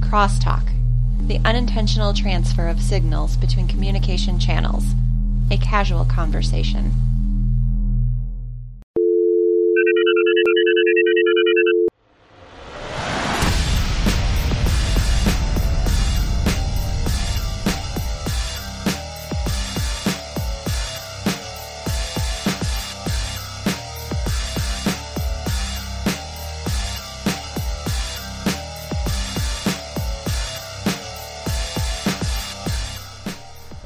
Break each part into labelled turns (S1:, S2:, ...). S1: Crosstalk the unintentional transfer of signals between communication channels, a casual conversation.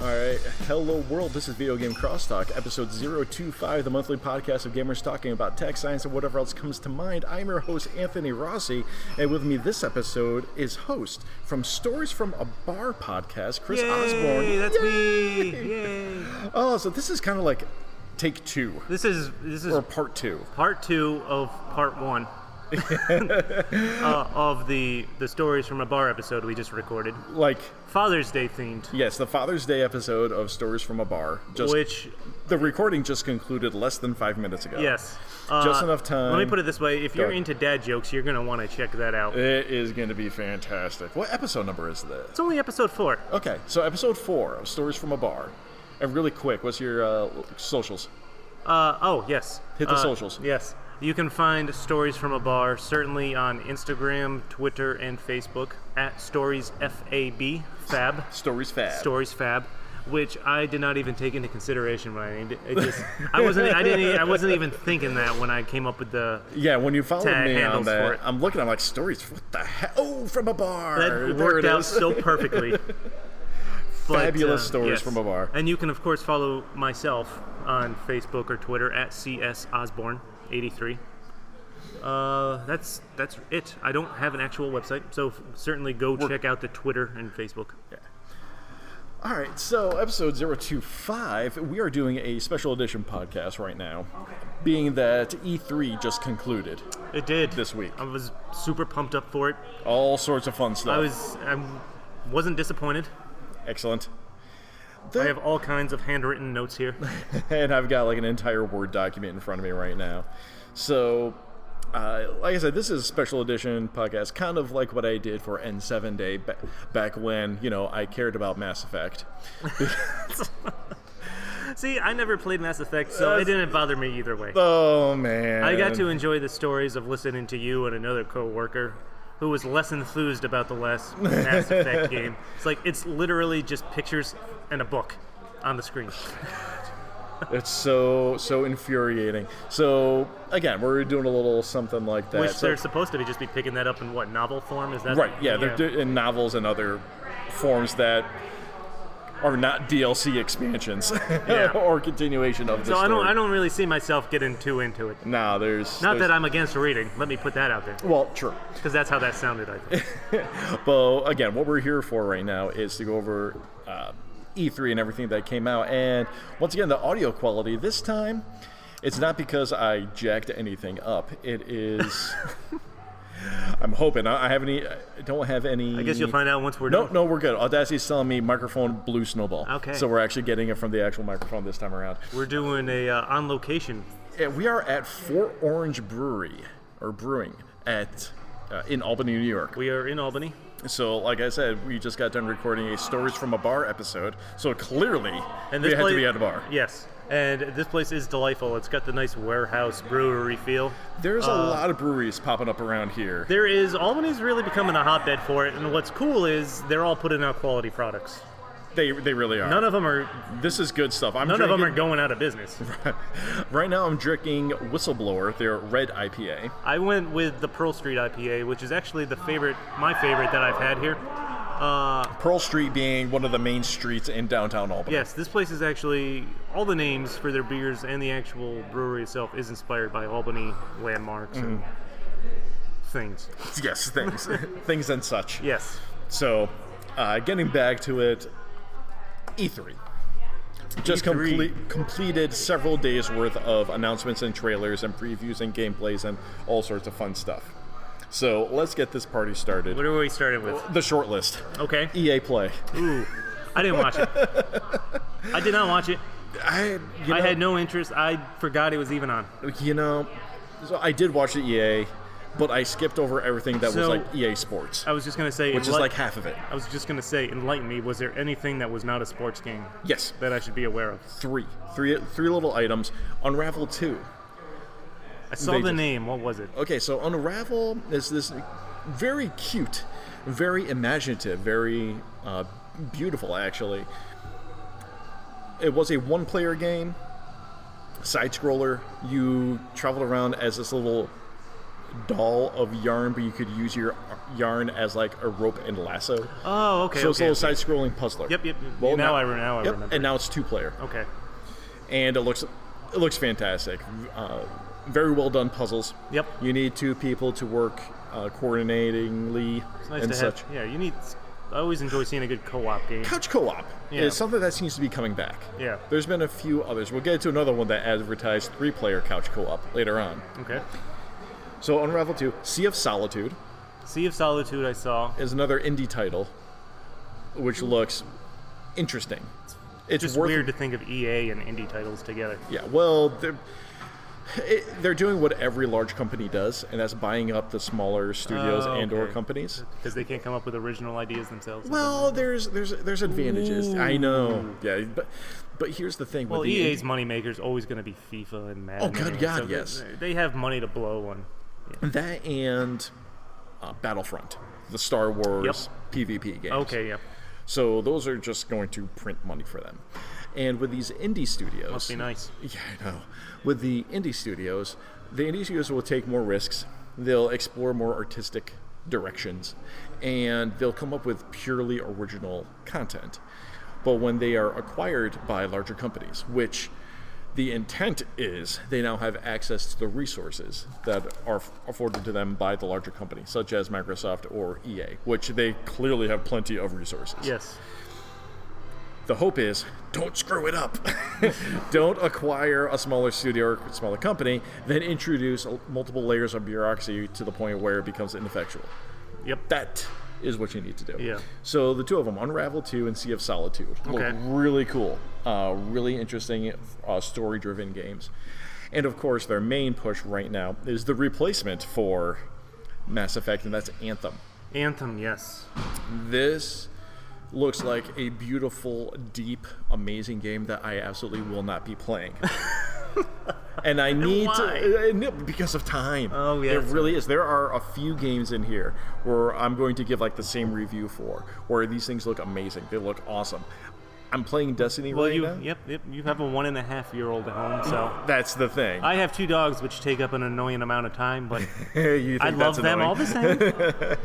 S2: All right. Hello, world. This is Video Game Crosstalk, episode 025, the monthly podcast of gamers talking about tech, science, and whatever else comes to mind. I'm your host, Anthony Rossi, and with me this episode is host from Stories from a Bar podcast, Chris
S3: Yay,
S2: Osborne.
S3: that's me.
S2: Yay!
S3: Yay.
S2: Oh, so this is kind of like take two,
S3: This is this is
S2: or part two.
S3: part two of part one uh, of the the stories from a bar episode we just recorded.
S2: Like,
S3: Father's Day themed,
S2: yes, the Father's Day episode of Stories from a Bar. Just
S3: which
S2: The recording just concluded less than five minutes ago.
S3: yes, uh,
S2: Just enough
S3: Let me
S2: time.
S3: put it this way: if you're
S2: ahead.
S3: into dad jokes, you're gonna want to check that out.
S2: It is going to be fantastic. What episode number is this?
S3: It's only episode four.
S2: Okay, so episode four of Stories from a Bar. And really quick, what's your uh, socials?
S3: Uh, oh yes,
S2: Hit the
S3: Uh,
S2: socials.
S3: Yes, you can find stories from a bar certainly on Instagram, Twitter, and Facebook at stories fab fab.
S2: Stories Fab.
S3: Stories Fab, which I did not even take into consideration when I named it. it just, I wasn't. I didn't. I wasn't even thinking that when I came up with the.
S2: yeah, when you followed
S3: Tag
S2: me on
S3: handles for
S2: that,
S3: it.
S2: I'm looking, I'm like, Stories, what the heck? Oh, from a bar.
S3: That
S2: There
S3: worked
S2: it
S3: out
S2: is.
S3: so perfectly. But, uh,
S2: Fabulous stories from a bar.
S3: And you can of course follow myself on Facebook or Twitter at CS Osborne 83. Uh, that's that's it. I don't have an actual website, so f- certainly go check out the Twitter and Facebook.
S2: All right, so episode 025, we are doing a special edition podcast right now, being that E3 just concluded.
S3: It did
S2: This week.
S3: I was super pumped up for it.
S2: All sorts of fun stuff.
S3: I was I wasn't disappointed.
S2: Excellent.
S3: I have all kinds of handwritten notes here.
S2: and I've got like an entire Word document in front of me right now. So, uh, like I said, this is a special edition podcast, kind of like what I did for N7 Day ba- back when, you know, I cared about Mass Effect.
S3: See, I never played Mass Effect, so it didn't bother me either way.
S2: Oh, man.
S3: I got to enjoy the stories of listening to you and another coworker who was less enthused about the last Mass Effect game. It's like it's literally just pictures and a book on the screen.
S2: It's so, so infuriating. So, again, we're doing a little something like that.
S3: Which
S2: So-
S3: they're supposed to be just be picking that up in what novel form is that?
S2: right, yeah, they're do- in novels and other forms that are not DLC expansions
S3: Yeah.
S2: or continuation of the
S3: so
S2: story.
S3: I don't I don't really see myself getting too into it.
S2: Nah, there's
S3: Not
S2: there's-
S3: that I'm against reading. Let me put that out there
S2: Well, true.
S3: because that's how that sounded. I think.
S2: But again, what we're here for right now is to go over uh, E3 and everything that came out. And once again, the audio quality this time, it's not because I jacked anything up. It is. I'm hoping I I have any. I don't have any.
S3: I guess you'll find out once we're
S2: No,
S3: done.
S2: no, we're good. Audacity's telling me microphone blue snowball.
S3: Okay.
S2: So we're actually getting it from the actual microphone this time around.
S3: We're doing a uh, on location.
S2: Yeah, we are at Fort Orange Brewery or Brewing at uh, in Albany, New York.
S3: We are in Albany.
S2: So, like I said, we just got done recording a "Stories from a Bar" episode. So clearly, we had to be at a bar.
S3: Yes, and this place is delightful. It's got the nice warehouse brewery feel.
S2: There's a lot of breweries popping up around here.
S3: There is Albany's really becoming a hotbed for it, and what's cool is they're all putting out quality products.
S2: They they really are.
S3: None of them are
S2: this is good stuff. I'm
S3: none of
S2: drinking,
S3: them are going out of business.
S2: right now. I'm drinking Whistleblower, their red IPA.
S3: I went with the Pearl Street IPA, which is actually the favorite, my favorite that I've had here. Uh,
S2: Pearl Street being one of the main streets in downtown Albany.
S3: Yes, this place is actually all the names for their beers and the actual brewery itself is inspired by Albany landmarks and
S2: Mm-hmm.
S3: things.
S2: Yes, things, things and such.
S3: Yes,
S2: So, uh, getting back to it, E3. Just
S3: E3.
S2: Complete, completed several days worth of announcements and trailers and previews and gameplays and all sorts of fun stuff. So let's get this party started.
S3: what are we starting with?
S2: The shortlist.
S3: Okay.
S2: EA Play.
S3: Ooh, I didn't watch it. I did not watch it.
S2: I, you know,
S3: I had no interest. I forgot it was even on.
S2: You know, so I did watch the EA. but I skipped over everything that was
S3: So- Oh,
S2: like EA Sports,
S3: I was just gonna say,
S2: which is
S3: enlight-
S2: like half of it.
S3: I was just gonna say, enlighten me. Was there anything that was not a sports game
S2: Yes,
S3: that I should be aware of?
S2: three, three, three little items. Unravel two.
S3: I saw
S2: They
S3: the
S2: just-
S3: name. What was it?
S2: Okay, so Unravel is this very cute, very imaginative, very uh, beautiful, actually. It was a one player game, side scroller. You traveled around as this little doll of yarn, but you could use your yarn as like a rope and lasso.
S3: Oh, okay.
S2: so it's a
S3: okay.
S2: little side scrolling puzzler.
S3: Yep, yep, yep. Now I re- now I
S2: yep,
S3: remember.
S2: And now it's two player
S3: okay.
S2: and it looks it looks fantastic. Uh, very well done puzzles.
S3: Yep.
S2: You need two people to work uh, coordinatingly
S3: It's nice
S2: and
S3: to
S2: such.
S3: have. Yeah, you need. I always enjoy seeing a good co-op game.
S2: Couch co-op
S3: Yeah.
S2: is something that seems to be coming back.
S3: Yeah.
S2: There's been a few others. We'll get to another one that advertised three-player couch co-op later on.
S3: Okay.
S2: So Unravel 2, Sea of Solitude
S3: Sea of Solitude. I saw.
S2: is another indie title, which looks interesting. It's
S3: Just
S2: worth
S3: weird to think of EA and indie titles together.
S2: Yeah, well, they're, it, they're doing what every large company does, and that's buying up the smaller studios
S3: Oh,
S2: and/or
S3: okay.
S2: companies.
S3: because they can't come up with original ideas themselves.
S2: Well, there's there's there's advantages. I know. Yeah, but but here's the thing.
S3: well, E
S2: with the
S3: EA's moneymaker is always going to be FIFA and Madden.
S2: Oh, good
S3: anyway,
S2: God,
S3: so they-
S2: yes.
S3: They have money to blow on.
S2: that and uh, Battlefront, the Star Wars PvP games.
S3: Okay, yeah,
S2: So those are just going to print money for them, and with these indie studios,
S3: must be nice.
S2: Yeah, I know. With the indie studios, the indie studios will take more risks. They'll explore more artistic directions, and they'll come up with purely original content. But when they are acquired by larger companies, which the intent is they now have access to the resources that are f- afforded to them by the larger company, such as Microsoft or EA, which they clearly have plenty of resources
S3: Yes,
S2: the hope is don't screw it up. don't acquire a smaller studio or smaller company, then introduce multiple layers of bureaucracy to the point where it becomes ineffectual.
S3: yep.
S2: That is what you need to do.
S3: Yeah.
S2: So the two of them, Unravel 2 and Sea of Solitude, look
S3: Okay.
S2: really cool. Uh, really interesting uh, story driven games. And of course, their main push right now is the replacement for Mass Effect, and that's Anthem.
S3: Anthem, yes.
S2: This looks like a beautiful, deep, amazing game that I absolutely will not be playing. and I need
S3: Why?
S2: to uh, no, because of time.
S3: Oh, yeah,
S2: It
S3: that's
S2: really is. There are a few games in here where I'm going to give like the same review for where these things look amazing. They look awesome. I'm playing Destiny
S3: Well,
S2: right
S3: you,
S2: now.
S3: yep, yep. You have a one and a half year old at home, so
S2: That's the thing.
S3: I have two dogs, which take up an annoying amount of time, but
S2: You think
S3: I love
S2: that's
S3: them all
S2: annoying?
S3: the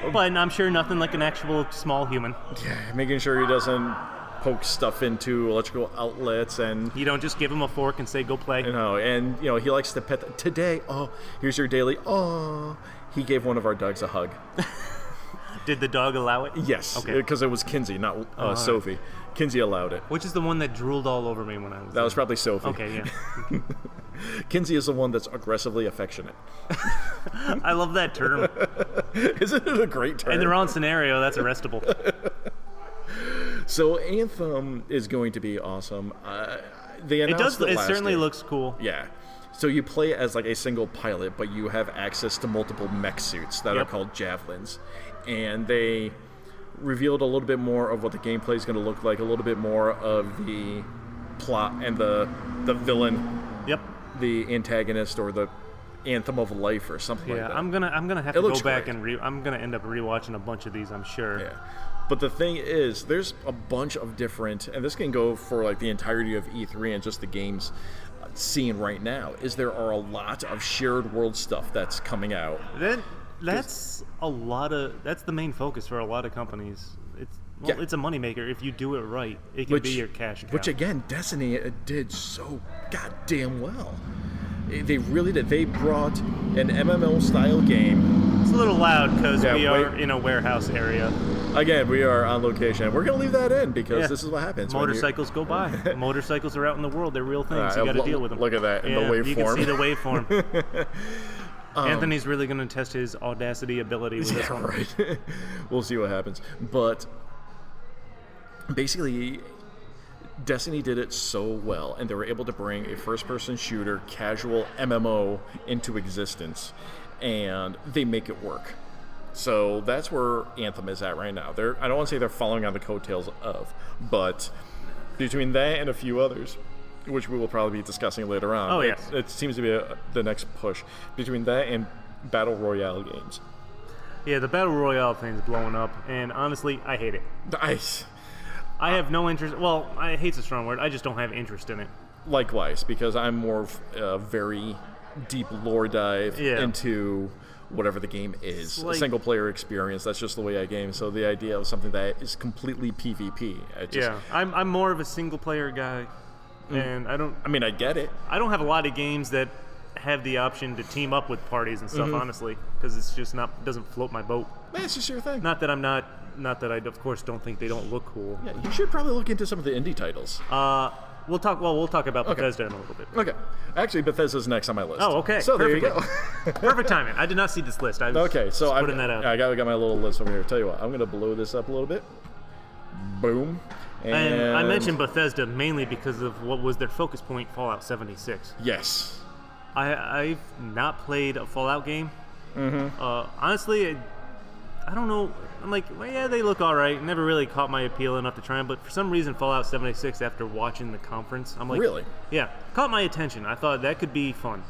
S3: same. but I'm sure nothing like an actual small human.
S2: Yeah, making sure he doesn't poke stuff into electrical outlets and
S3: You don't just give him a fork and say go play.
S2: You know, and you know he likes to pet. The, Today, oh, here's your daily. Oh, he gave one of our dogs a hug.
S3: Did the dog allow it?
S2: Yes,
S3: Okay. Oh,
S2: because it was Kinsey, not uh, Sophie. Kinsey allowed it.
S3: Which is the one that drooled all over me when I was.
S2: That was probably Sophie.
S3: Okay, yeah.
S2: Kinsey is the one that's aggressively affectionate.
S3: I love that term.
S2: Isn't it a great term?
S3: In the wrong scenario, that's arrestable.
S2: so Anthem is going to be awesome. Uh, they
S3: It does.
S2: announced
S3: It
S2: last
S3: certainly
S2: year.
S3: looks cool.
S2: Yeah. So you play as like a single pilot, but you have access to multiple mech suits that
S3: Yep.
S2: are called javelins, and they revealed a little bit more of what the gameplay is going to look like, a little bit more of the plot and the the villain,
S3: Yep.
S2: the antagonist, or the anthem of life, or something
S3: Yeah,
S2: like that.
S3: I'm gonna I'm gonna have
S2: It
S3: to go
S2: looks
S3: back
S2: great.
S3: and re. I'm gonna end up rewatching a bunch of these. I'm sure.
S2: Yeah. But the thing is, there's a bunch of different, and this can go for like the entirety of E3 and just the games uh, scene right now. Is there are a lot of shared world stuff that's coming out.
S3: Then that's a lot of that's the main focus for a lot of companies. It's well,
S2: Yeah.
S3: it's a moneymaker if you do it right. It can be your cash cow.
S2: Which again, Destiny uh, did so goddamn well. Eh, They really did. They brought an MMO style game.
S3: it's a little loud because
S2: Yeah,
S3: we
S2: wait.
S3: are in a warehouse area.
S2: Again, we are on location. We're gonna leave that in because
S3: Yeah.
S2: this is what happens. when you-
S3: Motorcycles go by. Motorcycles are out in the world. They're real things.
S2: Uh,
S3: you got to
S2: lo-
S3: deal with them.
S2: look at that, in the
S3: yeah, You can
S2: waveform. Um,
S3: see the waveform. Anthony's really going to test his audacity ability with this
S2: Yeah,
S3: one.
S2: right. we'll see what happens. But basically, Destiny did it so well, and they were able to bring a first person shooter casual MMO into existence. and they make it work. So that's where Anthem is at right now. They're I don't want to say they're following on the coattails of, but between that and a few others, which we will probably be discussing later on.
S3: Oh,
S2: it-
S3: yes.
S2: it, seems to be a, the next push between that and battle royale games.
S3: Yeah, the battle royale thing's blowing up, and honestly, I hate it.
S2: Nice.
S3: I have no interest. Well, I hate's a strong word. I just don't have interest in it.
S2: Likewise, because I'm more of a very deep lore dive
S3: Yeah.
S2: into whatever the game is,
S3: like-
S2: a single player experience. That's just the way I game. So the idea of something that is completely PvP, I just,
S3: yeah, I'm, I'm more of a single player guy,
S2: Mm.
S3: and I don't
S2: I mean, I get it.
S3: I don't have a lot of games that have the option to team up with parties and
S2: Mm-hmm.
S3: stuff. honestly, 'cause Honestly, because it's just not doesn't float my boat.
S2: That's just your thing.
S3: Not that I'm not not that I of course don't think they don't look cool.
S2: Yeah, you should probably look into some of the indie titles.
S3: Uh, we'll talk. Well, we'll talk about Bethesda in a little bit.
S2: okay, actually, Bethesda's next on my list.
S3: Oh, okay,
S2: So there you go.
S3: Perfect timing. I did not see this list. I was
S2: Okay, so
S3: just
S2: I'm,
S3: putting that out.
S2: I got, I got my little list over here. Tell you what, I'm gonna blow this up a little bit. Boom. And,
S3: and I mentioned Bethesda mainly because of what was their focus point, Fallout 76.
S2: yes.
S3: I, I've not played a Fallout game. Mm-hmm. Uh, honestly, I, I don't know. I'm like, well, yeah, they look all right. Never really caught my appeal enough to try them, but for some reason, Fallout 76, after watching the conference, I'm like,
S2: Really?
S3: Yeah, caught my attention. I thought that could be fun.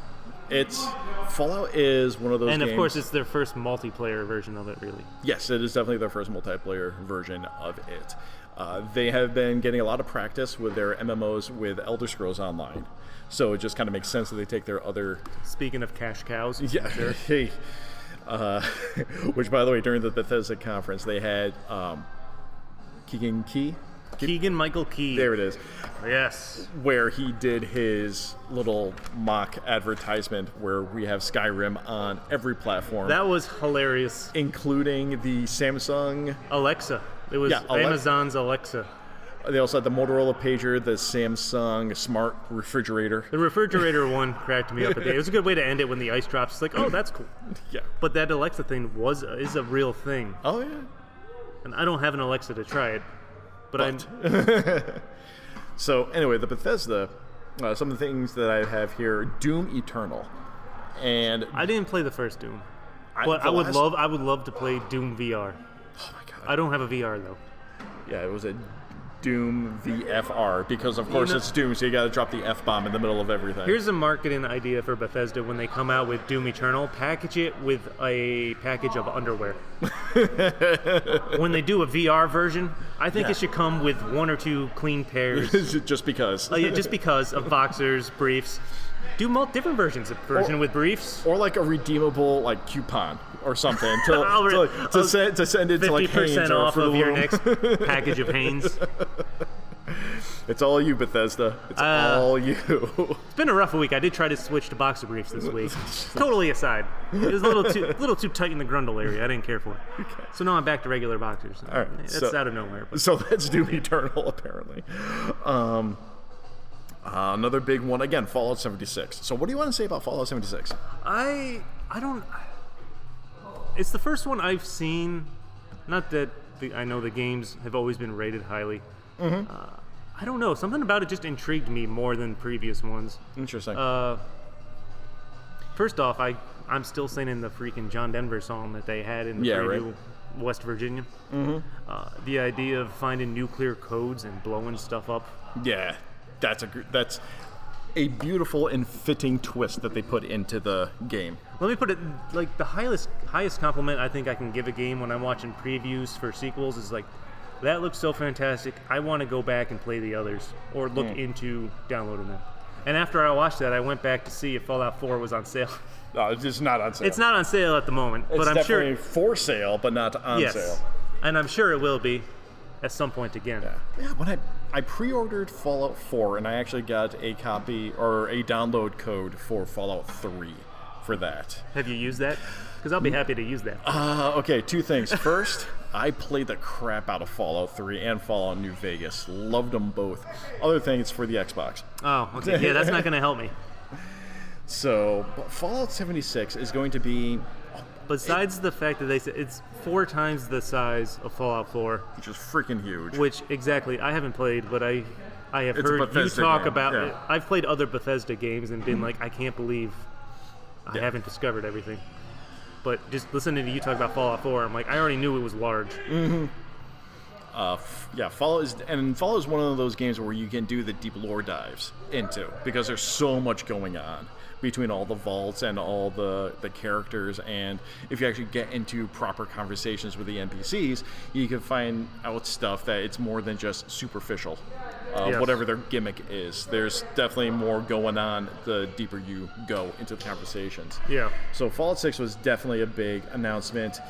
S2: It's Fallout is one of those.
S3: and of
S2: games-
S3: course, it's their first multiplayer version of it, really.
S2: yes, it is definitely their first multiplayer version of it. Uh, they have been getting a lot of practice with their MMOs with Elder Scrolls Online, so it just kind of makes sense that they take their other
S3: Speaking of cash cows,
S2: Yeah. Hey. Uh, which, by the way, during the Bethesda conference, they had um, Keegan Key.
S3: Keegan Michael Key.
S2: There it is,
S3: Yes.
S2: where he did his little mock advertisement where we have Skyrim on every platform,
S3: That was hilarious.
S2: including the Samsung.
S3: Alexa. It was
S2: Yeah, Alexa.
S3: Amazon's Alexa.
S2: They also had the Motorola pager, the Samsung smart refrigerator.
S3: The refrigerator one cracked me up. At the, it was a good way to end it when the ice drops. It's like, oh, that's cool.
S2: Yeah.
S3: But that Alexa thing was is a real thing,
S2: Oh yeah.
S3: and I don't have an Alexa to try it. But, I'm
S2: So anyway, the Bethesda. Uh, some of the things that I have here: Doom Eternal, and
S3: I didn't play the first Doom.
S2: I-
S3: But
S2: the
S3: I would
S2: last-
S3: love I would love to play Doom VR.
S2: Oh my god.
S3: I don't have a VR though.
S2: Yeah, it was a Doom VFR because of course
S3: know-
S2: it's Doom, so you got to drop the F bomb in the middle of everything.
S3: Here's a marketing idea for Bethesda when they come out with Doom Eternal: package it with a package of underwear. when they do a VR version, I think
S2: Yeah.
S3: it should come with one or two clean pairs.
S2: just because,
S3: Uh, yeah, just because of boxers, briefs. Do mul- different versions. A version
S2: Or-
S3: with briefs,
S2: or like a redeemable like coupon or something to
S3: I'll
S2: to,
S3: re-
S2: to,
S3: I'll-
S2: send, to send it to
S3: fifty
S2: like Haynes
S3: percent
S2: or
S3: off
S2: Fruit
S3: of your
S2: Loom.
S3: next package of Hanes.
S2: It's all you, Bethesda. It's
S3: Uh,
S2: all you.
S3: It's been a rough week. I did try to switch to boxer briefs this week. totally aside, it was a little too little too tight in the grundle area. I didn't care for it. So now I'm back to regular boxers. All
S2: right,
S3: that's
S2: so-
S3: out of nowhere. But
S2: so that's Doom Eternal apparently. Um, uh, another big one again, Fallout 76. So what do you want to say about Fallout 76?
S3: I I don't. It's the first one I've seen. Not that the, I know the games have always been rated highly.
S2: Mm-hmm.
S3: Uh, I don't know. Something about it just intrigued me more than previous ones.
S2: Interesting.
S3: Uh, first off, I I'm still singing the freaking John Denver song that they had in the
S2: Yeah,
S3: preview,
S2: right.
S3: West Virginia. Mm-hmm. Uh, the idea of finding nuclear codes and blowing stuff up.
S2: Yeah, that's a gr- that's a beautiful and fitting twist that they put into the game.
S3: Let me put it like the highest highest compliment I think I can give a game when I'm watching previews for sequels is like that looks so fantastic. I want to go back and play the others or look
S2: Hmm.
S3: into downloading them. And after I watched that, I went back to see if Fallout 4 was on sale.
S2: No, it's just not on sale.
S3: It's not on sale at the moment, but I'm sure
S2: definitely for sale, but not on
S3: yes,
S2: sale.
S3: and I'm sure it will be at some point again.
S2: Yeah, when I I pre-ordered Fallout 4 and I actually got a copy or a download code for Fallout 3 for that.
S3: Have you used that? Because I'll be happy to use that.
S2: Uh, okay, two things. First, I played the crap out of Fallout 3 and Fallout New Vegas. Loved them both. Other thing, it's for the Xbox.
S3: Oh, okay. yeah, that's not going to help me.
S2: So, but Fallout 76 is going to be
S3: Besides the fact that they said it's four times the size of Fallout 4,
S2: which is freaking huge.
S3: which exactly I haven't played, but I I have
S2: It's a
S3: heard you
S2: Bethesda
S3: talk
S2: game,
S3: about
S2: yeah. Mm-hmm.
S3: it. I've played other Bethesda games and been like, I can't believe I haven't discovered everything. But just listening to you talk about Fallout 4, I'm like, I already knew it was large.
S2: Mm-hmm. Uh, f- yeah, Fallout is, and Fallout is one of those games where you can do the deep lore dives into because there's so much going on between all the vaults and all the, the characters. And if you actually get into proper conversations with the NPCs, you can find out stuff that it's more than just superficial. Uh,
S3: Yes.
S2: Whatever their gimmick is, there's definitely more going on the deeper you go into the conversations.
S3: Yeah.
S2: So Fallout 6 was definitely a big announcement.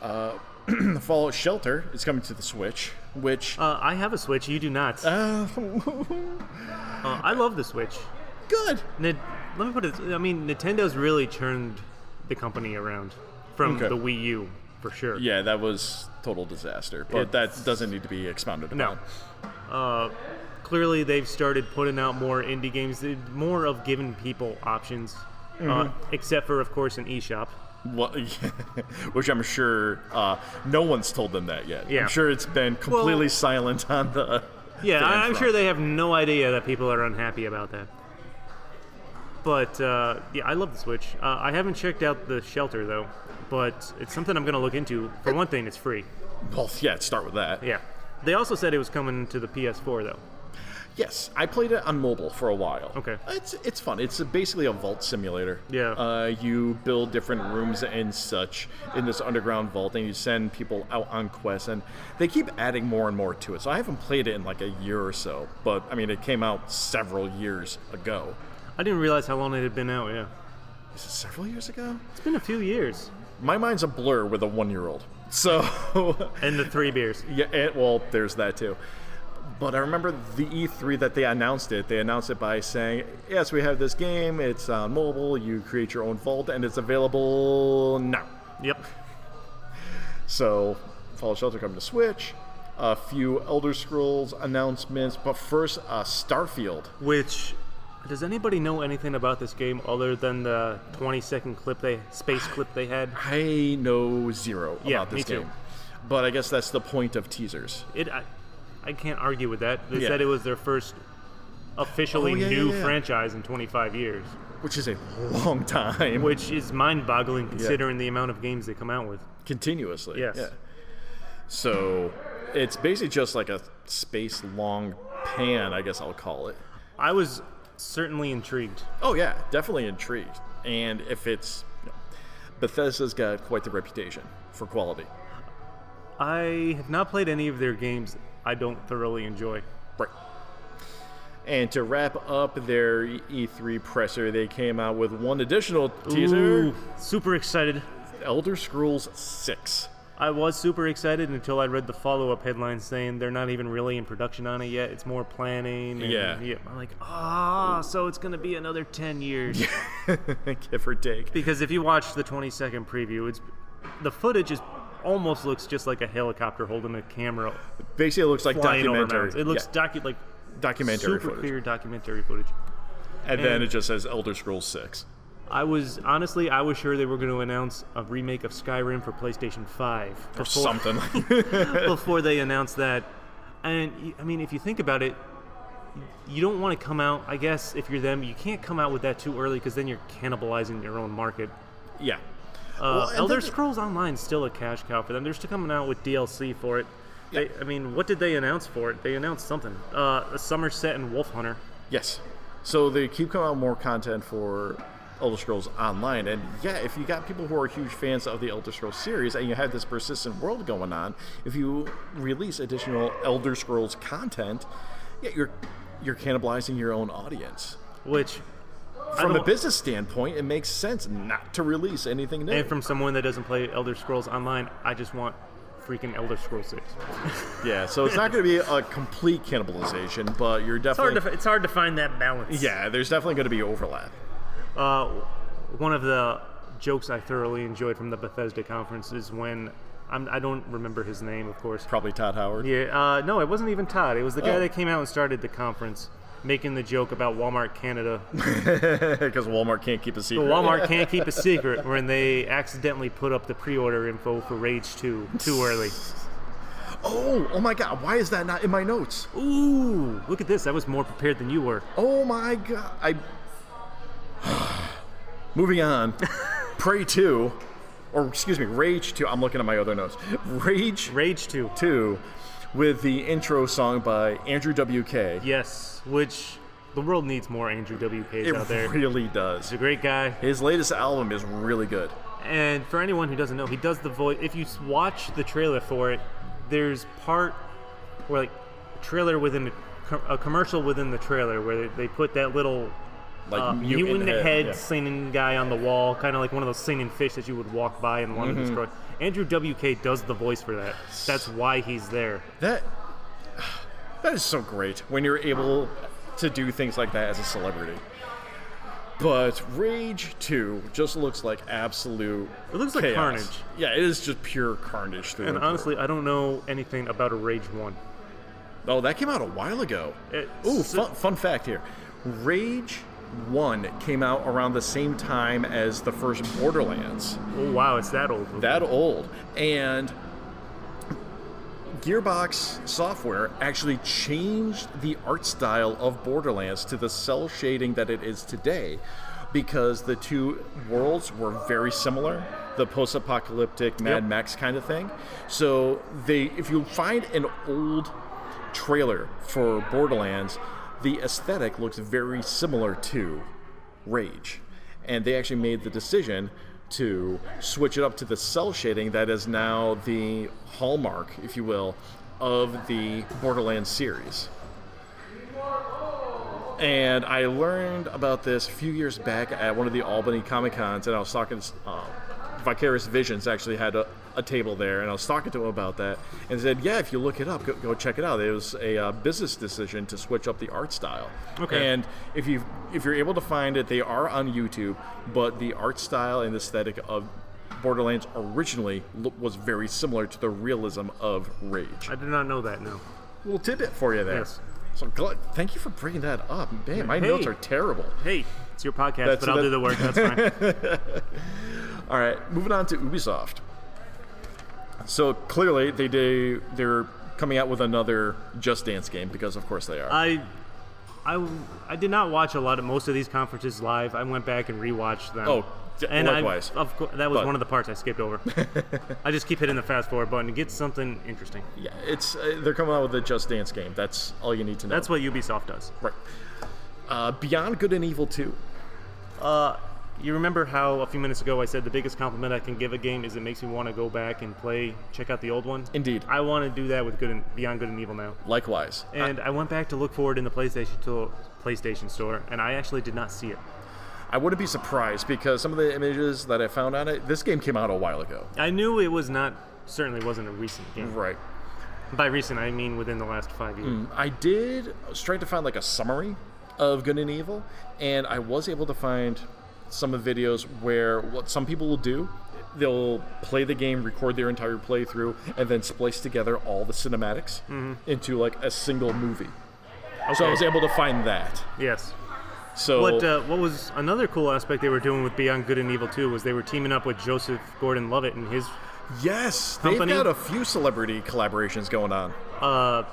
S2: Uh, Fallout Shelter is coming to the Switch, which
S3: Uh, I have a Switch. You do not. Uh,
S2: uh,
S3: I love the Switch.
S2: good.
S3: Ni- let me put it. I mean, Nintendo's really churned the company around from
S2: Okay.
S3: the Wii U for sure.
S2: Yeah, that was total disaster, but that doesn't need to be expounded
S3: No.
S2: upon.
S3: Uh, clearly, they've started putting out more indie games, They- more of giving people options, uh, except for, of course, an eShop.
S2: What- which I'm sure uh, no one's told them that yet.
S3: Yeah.
S2: I'm sure it's been completely
S3: Well-
S2: silent on the.
S3: Yeah,
S2: fan
S3: I, I'm
S2: front.
S3: sure they have no idea that people are unhappy about that. But uh, yeah, I love the Switch. Uh, I haven't checked out the shelter though, but it's something I'm going to look into. For one thing, it's free.
S2: Well, yeah, start with that.
S3: Yeah. They also said it was coming to the PS4 though.
S2: Yes, I played it on mobile for a while.
S3: Okay.
S2: It's it's fun. It's a, basically a vault simulator.
S3: Yeah.
S2: Uh, you build different rooms and such in this underground vault, and you send people out on quests, and they keep adding more and more to it. So I haven't played it in like a year or so, but I mean, it came out several years ago.
S3: I didn't realize how long it had been out. Yeah,
S2: Is it several years ago?
S3: it's been a few years.
S2: My mind's a blur with a one-year-old. So
S3: And the three beers.
S2: Yeah, and, well, there's that too. But I remember the E3 that they announced it. They announced it by saying, "Yes, we have this game. It's on mobile. You create your own vault, and it's available now."
S3: Yep.
S2: So, Fallout Shelter coming to Switch. A few Elder Scrolls announcements, but first, uh, Starfield.
S3: Which does anybody know anything about this game other than the 20 second clip they space clip they had?
S2: I know zero
S3: Yeah,
S2: about this
S3: me too.
S2: game, but I guess that's the point of teasers.
S3: It I, I can't argue with that. They
S2: Yeah.
S3: said it was their first officially
S2: Oh, yeah,
S3: new
S2: yeah, yeah.
S3: franchise in 25 years,
S2: Which is a long time.
S3: which is mind-boggling considering the amount of games they come out with.
S2: continuously.
S3: Yes.
S2: Yeah. So it's basically just like a space long pan, I guess I'll call it.
S3: I was certainly intrigued.
S2: Oh yeah, definitely intrigued. And if it's you know, Bethesda's got quite the reputation for quality.
S3: I have not played any of their games I don't thoroughly enjoy.
S2: Right. And to wrap up their E3 presser, they came out with one additional teaser:
S3: Ooh, super excited.
S2: Elder Scrolls Six.
S3: I was super excited until I read the follow-up headline saying they're not even really in production on it yet. It's more planning. and-
S2: Yeah.
S3: I'm like, ah, so it's gonna be another ten years.
S2: Give or take.
S3: because if you watch the 20 second preview, it's the footage is almost looks just like a helicopter holding a camera
S2: Basically, it looks like
S3: flying over
S2: documentary.
S3: mountains. It looks
S2: yeah,
S3: docu- like
S2: documentary
S3: super
S2: footage,
S3: clear documentary footage.
S2: and then
S3: and-
S2: it just says Elder Scrolls Six.
S3: I was honestly, I was sure they were going to announce a remake of Skyrim for PlayStation 5
S2: or
S3: before-
S2: something.
S3: before they announced that. And y- I mean, if you think about it, you don't want to come out. I guess if you're them, you can't come out with that too early because then you're cannibalizing your own market.
S2: yeah.
S3: Uh,
S2: Well, and
S3: Elder
S2: then-
S3: Scrolls Online is still a cash cow for them. They're still coming out with DLC for it. They, I mean, what did they announce for it? They announced something. Uh, a summer set in Wolf Hunter.
S2: Yes. So they keep coming out with more content for Elder Scrolls Online, and yeah, if you got people who are huge fans of the Elder Scrolls series, and you have this persistent world going on, if you release additional Elder Scrolls content, yeah, you're you're cannibalizing your own audience.
S3: Which,
S2: From a
S3: don't-
S2: business standpoint, it makes sense not to release anything new.
S3: and from someone that doesn't play Elder Scrolls Online, I just want freaking Elder Scrolls Six.
S2: yeah, so it's not going to be a complete cannibalization, but you're
S3: It's hard
S2: definitely
S3: to it's hard to find that balance.
S2: yeah, there's definitely going to be overlap.
S3: Uh, one of the jokes I thoroughly enjoyed from the Bethesda conference is when I'm, I don't remember his name, of course.
S2: Probably Todd Howard.
S3: Yeah, uh, no, it wasn't even Todd. It was the guy
S2: Oh.
S3: that came out and started the conference, making the joke about Walmart Canada.
S2: because Walmart can't keep a secret.
S3: Walmart can't keep a secret when they accidentally put up the pre-order info for Rage 2 too early.
S2: Oh, oh my God! Why is that not in my notes?
S3: Ooh, look at this. I was more prepared than you were.
S2: Oh my God! I. Moving on. Prey Two or excuse me, Rage 2. I'm looking at my other notes. Rage
S3: Rage 2.
S2: 2 with the intro song by Andrew W.K.
S3: Yes, which the world needs more Andrew WKs out there.
S2: It really
S3: He's
S2: does.
S3: a great guy.
S2: His latest album is really good.
S3: And for anyone who doesn't know, he does the voice. If you s- watch the trailer for it, there's part or like trailer within a, co- a commercial within the trailer where they put that little
S2: Like
S3: uh,
S2: mutant,
S3: mutant head,
S2: yeah.
S3: singing guy on the wall, kind of like one of those singing fish that you would walk by and
S2: Mm-hmm.
S3: want to destroy. Andrew WK does the voice for that. That's why he's there.
S2: That that is so great when you're able to do things like that as a celebrity. But Rage 2 just looks like absolute
S3: It looks like
S2: chaos.
S3: carnage.
S2: Yeah, it is just pure carnage through
S3: And
S2: through.
S3: honestly, I don't know anything about a Rage One.
S2: Oh, that came out a while ago.
S3: It-
S2: Ooh,
S3: so-
S2: fun, fun fact here. Rage 1 came out around the same time as the first Borderlands.
S3: Oh wow, it's that old.
S2: That old. And Gearbox Software actually changed the art style of Borderlands to the cell shading that it is today because the two worlds were very similar the post-apocalyptic mad
S3: Yep.
S2: max kind of thing so they if you find an old trailer for borderlands the aesthetic looks very similar to rage and they actually made the decision to switch it up to the cell shading that is now the hallmark if you will of the borderlands series and I learned about this a few years back at one of the Albany Comic Cons, and I was talking. Um, Vicarious Visions actually had a, a table there, and I was talking to him about that, and said, "Yeah, if you look it up, go, go check it out. It was a uh, business decision to switch up the art style.
S3: Okay.
S2: And if you if you're able to find it, they are on YouTube. But the art style and aesthetic of Borderlands originally lo- was very similar to the realism of Rage.
S3: I did not know that. No.
S2: little tidbit for you there.
S3: Yes.
S2: So gl- thank you for bringing that up. Man, my
S3: Hey.
S2: notes are terrible.
S3: Hey, it's your podcast,
S2: That's-
S3: but I'll
S2: that-
S3: do the work. That's fine.
S2: All right, moving on to Ubisoft. So clearly they do, they're coming out with another Just Dance game because of course they are.
S3: I, I, I did not watch a lot of most of these conferences live. I went back and rewatched them.
S2: Oh, d-
S3: and I-
S2: likewise.
S3: of course, that was
S2: But-
S3: one of the parts I skipped over. I just keep hitting the fast forward button to get something interesting.
S2: yeah, it's uh, they're coming out with a Just Dance game. That's all you need to know.
S3: That's what Ubisoft does.
S2: right. Uh, Beyond Good and Evil 2.
S3: Uh, you remember how a few minutes ago I said the biggest compliment I can give a game is it makes me want to go back and play, check out the old one.
S2: Indeed.
S3: I want to do that with Good and Beyond Good and Evil now.
S2: Likewise.
S3: And I went back to look for it in the PlayStation to, PlayStation store, and I actually did not see it.
S2: I wouldn't be surprised because some of the images that I found on it, this game came out a while ago.
S3: I knew it was not certainly wasn't a recent game.
S2: Right.
S3: By recent, I mean within the last five years.
S2: I did try to find like a summary of Good and Evil, and I was able to find some of the videos where what some people will do, they'll play the game, record their entire playthrough, and then splice together all the cinematics into like a single movie. So I
S3: Mm-hmm. Okay.
S2: was able to find that.
S3: Yes.
S2: So
S3: What uh, what was another cool aspect they were doing with Beyond Good and Evil 2 was they were teaming up with Joseph Gordon-Levitt and his
S2: yes,
S3: company-
S2: they've got a few celebrity collaborations going on.
S3: uh,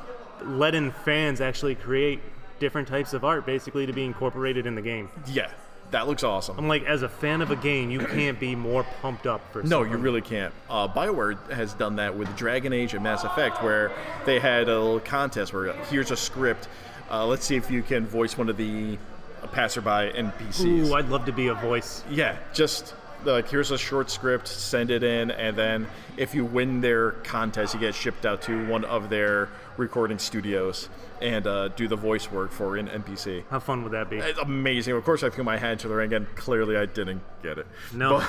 S3: letting fans actually create different types of art basically to be incorporated in the game.
S2: Yeah, that looks awesome.
S3: I'm like, as a fan of a game, you can't be more pumped up for
S2: No,
S3: something.
S2: you really can't. Uh, Bioware has done that with Dragon Age and Mass Effect, where they had a little contest where here's a script. Uh, let's see if you can voice one of the uh, passerby NPCs.
S3: Ooh, I'd love to be a voice.
S2: yeah, just like here's a short script, send it in, and then if you win their contest, you get shipped out to one of their recording studios and uh, do the voice work for an NPC.
S3: How fun would that be?
S2: It's amazing. Of course, I threw my hand to the ring, and clearly, I didn't get it.
S3: No.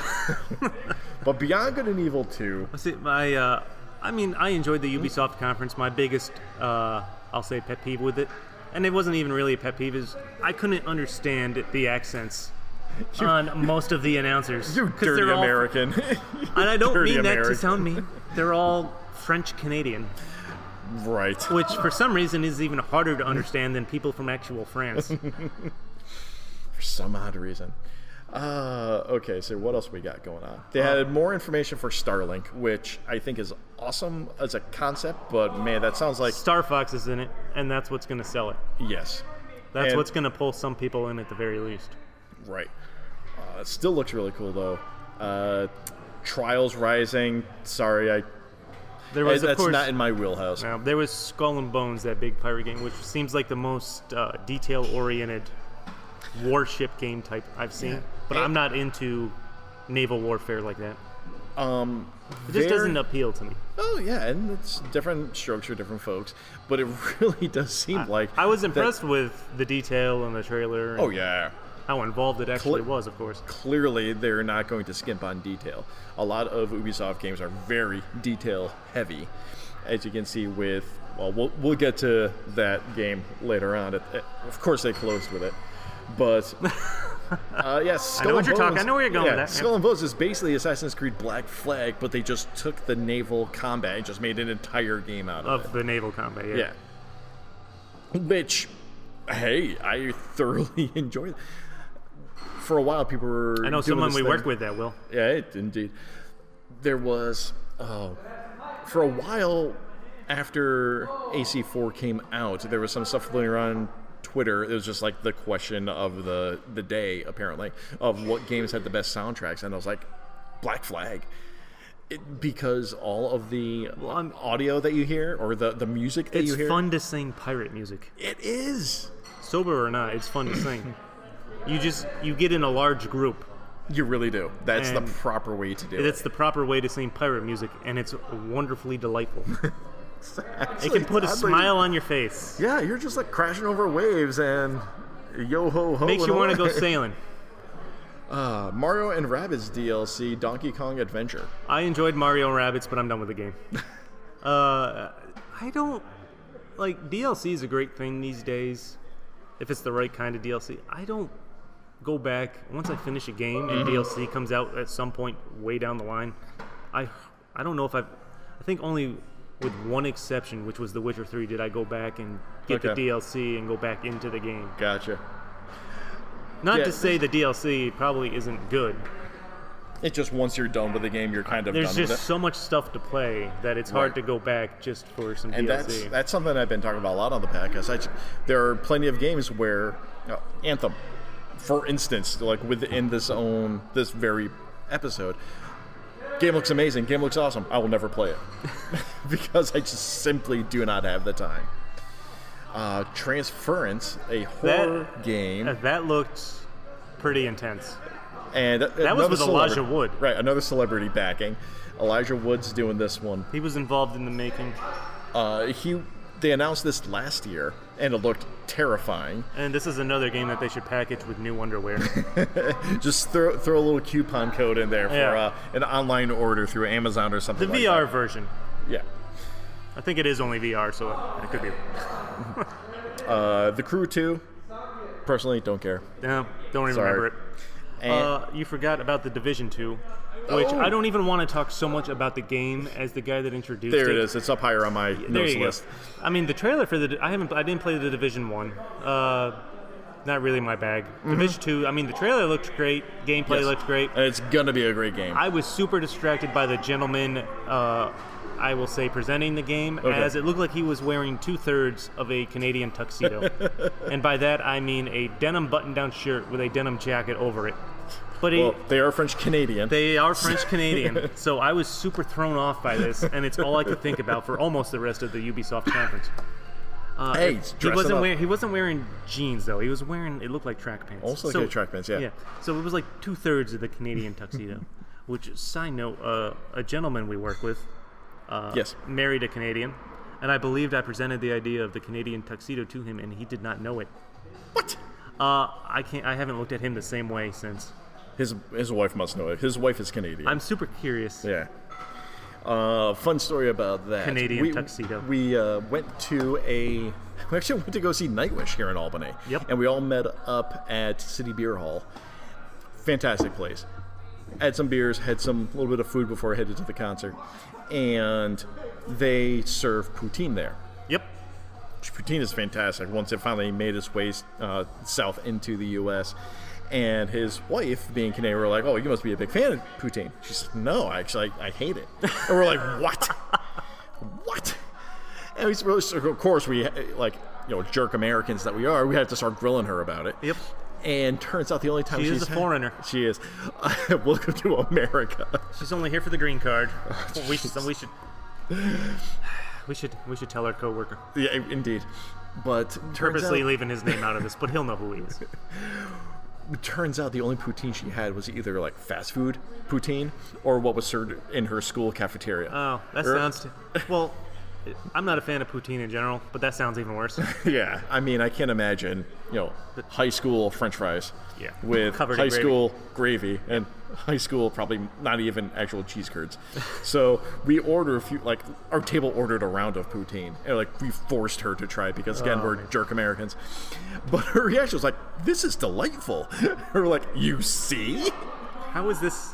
S2: But, but Beyond Good and Evil 2,
S3: See, my, uh, I mean, I enjoyed the Ubisoft conference. My biggest, uh, I'll say, pet peeve with it, and it wasn't even really a pet peeve, is I couldn't understand the accents on most of the announcers.
S2: You
S3: 'Cause they're
S2: dirty
S3: all-
S2: American.
S3: And I don't
S2: Dirty
S3: mean that
S2: American.
S3: to sound mean. They're all French Canadian,
S2: right.
S3: which for some reason is even harder to understand than people from actual France.
S2: For some odd reason. Uh, okay, so what else we got going on? They
S3: Uh.
S2: had more information for Starlink, which I think is awesome as a concept, but man, that sounds like
S3: Star Fox is in it, and that's what's going to sell it.
S2: yes,
S3: That's
S2: And-
S3: what's going to pull some people in at the very least.
S2: right. Uh, it still looks really cool though. Uh, Trials Rising. Sorry, I
S3: There was, of
S2: that's
S3: course,
S2: not in my wheelhouse.
S3: Now, Um, there was Skull and Bones, that big pirate game, which seems like the most uh, detail-oriented warship game type I've seen. But I'm not into naval warfare like that.
S2: Um,
S3: It just
S2: there-
S3: doesn't appeal to me.
S2: Oh yeah, and it's different strokes for different folks, but it really does seem like
S3: I was
S2: that-
S3: impressed with the detail and the trailer and
S2: Oh yeah,
S3: how involved it actually
S2: Cl-
S3: was, of course.
S2: clearly they're not going to skimp on detail. A lot of Ubisoft games are very detail heavy, as you can see with. Well, we'll, we'll get to that game later on. It- it- of course, they closed with it, but uh, yes, yeah, Skull
S3: what
S2: and
S3: you're talking- I
S2: Bones-
S3: know where you're going
S2: yeah,
S3: with that, yeah.
S2: Skull and Bones is basically Assassin's Creed Black Flag, but they just took the naval combat and just made an entire game out of it.
S3: Of the naval combat, yeah.
S2: Yeah. Which, hey, I thoroughly enjoy. it. For a while, people were.
S3: I know
S2: doing
S3: someone
S2: this
S3: we
S2: thing-
S3: work with that will.
S2: Yeah, it, indeed. There was, oh, for a while after AC4 came out, there was some stuff floating around Twitter. It was just like the question of the the day, apparently, of what games had the best soundtracks, and I was like, Black Flag. It, because all of the
S3: I'm-
S2: audio that you hear or the, the music that
S3: It's
S2: you hear
S3: fun to sing pirate music.
S2: it is.
S3: Sober or not, it's fun to sing. You just you get in a large group.
S2: You really do. That's
S3: And
S2: the proper way to do
S3: That's
S2: it.
S3: the proper way to sing pirate music, and it's wonderfully delightful.
S2: That's
S3: It can put a smile on your face.
S2: Yeah, you're just like crashing over waves and yo ho ho.
S3: Makes you want to go sailing.
S2: Uh, Mario and Rabbids DLC, Donkey Kong Adventure.
S3: I enjoyed Mario and Rabbits, but I'm done with the game. uh, I don't like DLC is a great thing these days, if it's the right kind of DLC. I don't go back once I finish a game
S2: Mm-hmm.
S3: and DLC comes out at some point way down the line. I I don't know if I've I think only with one exception, which was The Witcher 3, did I go back and get
S2: Okay.
S3: the DLC and go back into the game.
S2: Gotcha.
S3: Not
S2: Yeah.
S3: to say the DLC probably isn't good.
S2: It's just once you're done with the game, you're kind of
S3: There's
S2: done
S3: just
S2: with it.
S3: so much stuff to play that it's
S2: Right.
S3: hard to go back just for some
S2: and
S3: DLC.
S2: that's that's something I've been talking about a lot on the podcast. I, ju- there are plenty of games where uh, Anthem, for instance, like within this own this very episode, game looks amazing, game looks awesome. I will never play it because I just simply do not have the time. Uh, Transference, a horror game,
S3: Uh, that looked pretty intense.
S2: and
S3: that was
S2: another
S3: with
S2: celebrity-
S3: Elijah Wood.
S2: right? Another celebrity backing. Elijah Wood's doing this one.
S3: He was involved in the making,
S2: Uh, he they announced this last year, and it looked terrifying.
S3: and this is another game that they should package with new underwear.
S2: Just throw throw a little coupon code in there for
S3: Yeah.
S2: uh, an online order through Amazon or
S3: the
S2: something. like
S3: VR version.
S2: that. yeah.
S3: I think it is only VR, so it, it could be.
S2: Uh, the Crew Two, personally, don't care.
S3: No, don't even
S2: Sorry.
S3: remember it.
S2: And
S3: Uh, you forgot about the Division Two, which
S2: Oh.
S3: I don't even want to talk so much about the game as the guy that introduced
S2: there
S3: it
S2: it is. It's up higher on my
S3: there
S2: notes
S3: you go.
S2: list.
S3: I mean, the trailer for the I haven't I didn't play the Division One. Uh, not really my bag. Division Two. I mean, the trailer looked great. Gameplay
S2: Mm-hmm. Yes.
S3: looked great.
S2: And it's gonna be a great game.
S3: I was super distracted by the gentleman. Uh, I will say presenting the game
S2: Okay.
S3: as it looked like he was wearing two thirds of a Canadian tuxedo, and by that I mean a denim button-down shirt with a denim jacket over it. But he,
S2: well, they are French Canadian.
S3: they are French Canadian, so I was super thrown off by this, and it's all I could think about for almost the rest of the Ubisoft conference. Uh,
S2: Hey,
S3: it-
S2: he's
S3: he
S2: dressing
S3: wasn't
S2: up.
S3: wearing he wasn't wearing jeans though. He was wearing it looked like track pants.
S2: Also looked like track pants, yeah.
S3: Yeah. So it was like two thirds of the Canadian tuxedo. which side note, uh, a gentleman we work with, uh,
S2: Yes.
S3: married a Canadian, and I believed I presented the idea of the Canadian tuxedo to him, and he did not know it.
S2: what?
S3: Uh, I can't. I haven't looked at him the same way since.
S2: His his wife must know it. His wife is Canadian.
S3: I'm super curious.
S2: Yeah. Uh, fun story about that.
S3: Canadian
S2: we,
S3: tuxedo.
S2: We uh, went to a. We actually went to go see Nightwish here in Albany.
S3: Yep.
S2: And we all met up at City Beer Hall. Fantastic place. Had some beers, had some little bit of food before headed to the concert, and they serve poutine there.
S3: Yep.
S2: Poutine is fantastic. Once it finally made its way uh, south into the U.S., and his wife, being Canadian, were like, "Oh, you must be a big fan of poutine." She said, "No, actually, I, I hate it." And we're like, "What? what?" And we, so of course, we like you know jerk Americans that we are. We had to start grilling her about it.
S3: Yep.
S2: And turns out the only time
S3: She
S2: she's
S3: is a foreigner.
S2: she is. welcome to America.
S3: She's only here for the green card.
S2: Oh,
S3: we should. We should. We should. We should tell our coworker.
S2: Yeah, indeed. But turns
S3: Purposely
S2: out,
S3: leaving his name out of this, but he'll know who he is.
S2: turns out the only poutine she had was either like fast food poutine or what was served in her school cafeteria.
S3: Oh, that
S2: Er-
S3: sounds. Well, I'm not a fan of poutine in general, but that sounds even worse.
S2: Yeah, I mean, I can't imagine, you know, high school French fries.
S3: Yeah.
S2: With
S3: Covered in
S2: high
S3: gravy.
S2: school gravy and high school probably not even actual cheese curds. so we order a few, like our table ordered a round of poutine, and like we forced her to try it because again
S3: Oh
S2: we're jerk Americans. But her reaction was like, "This is delightful." we're like, "You see."
S3: How is this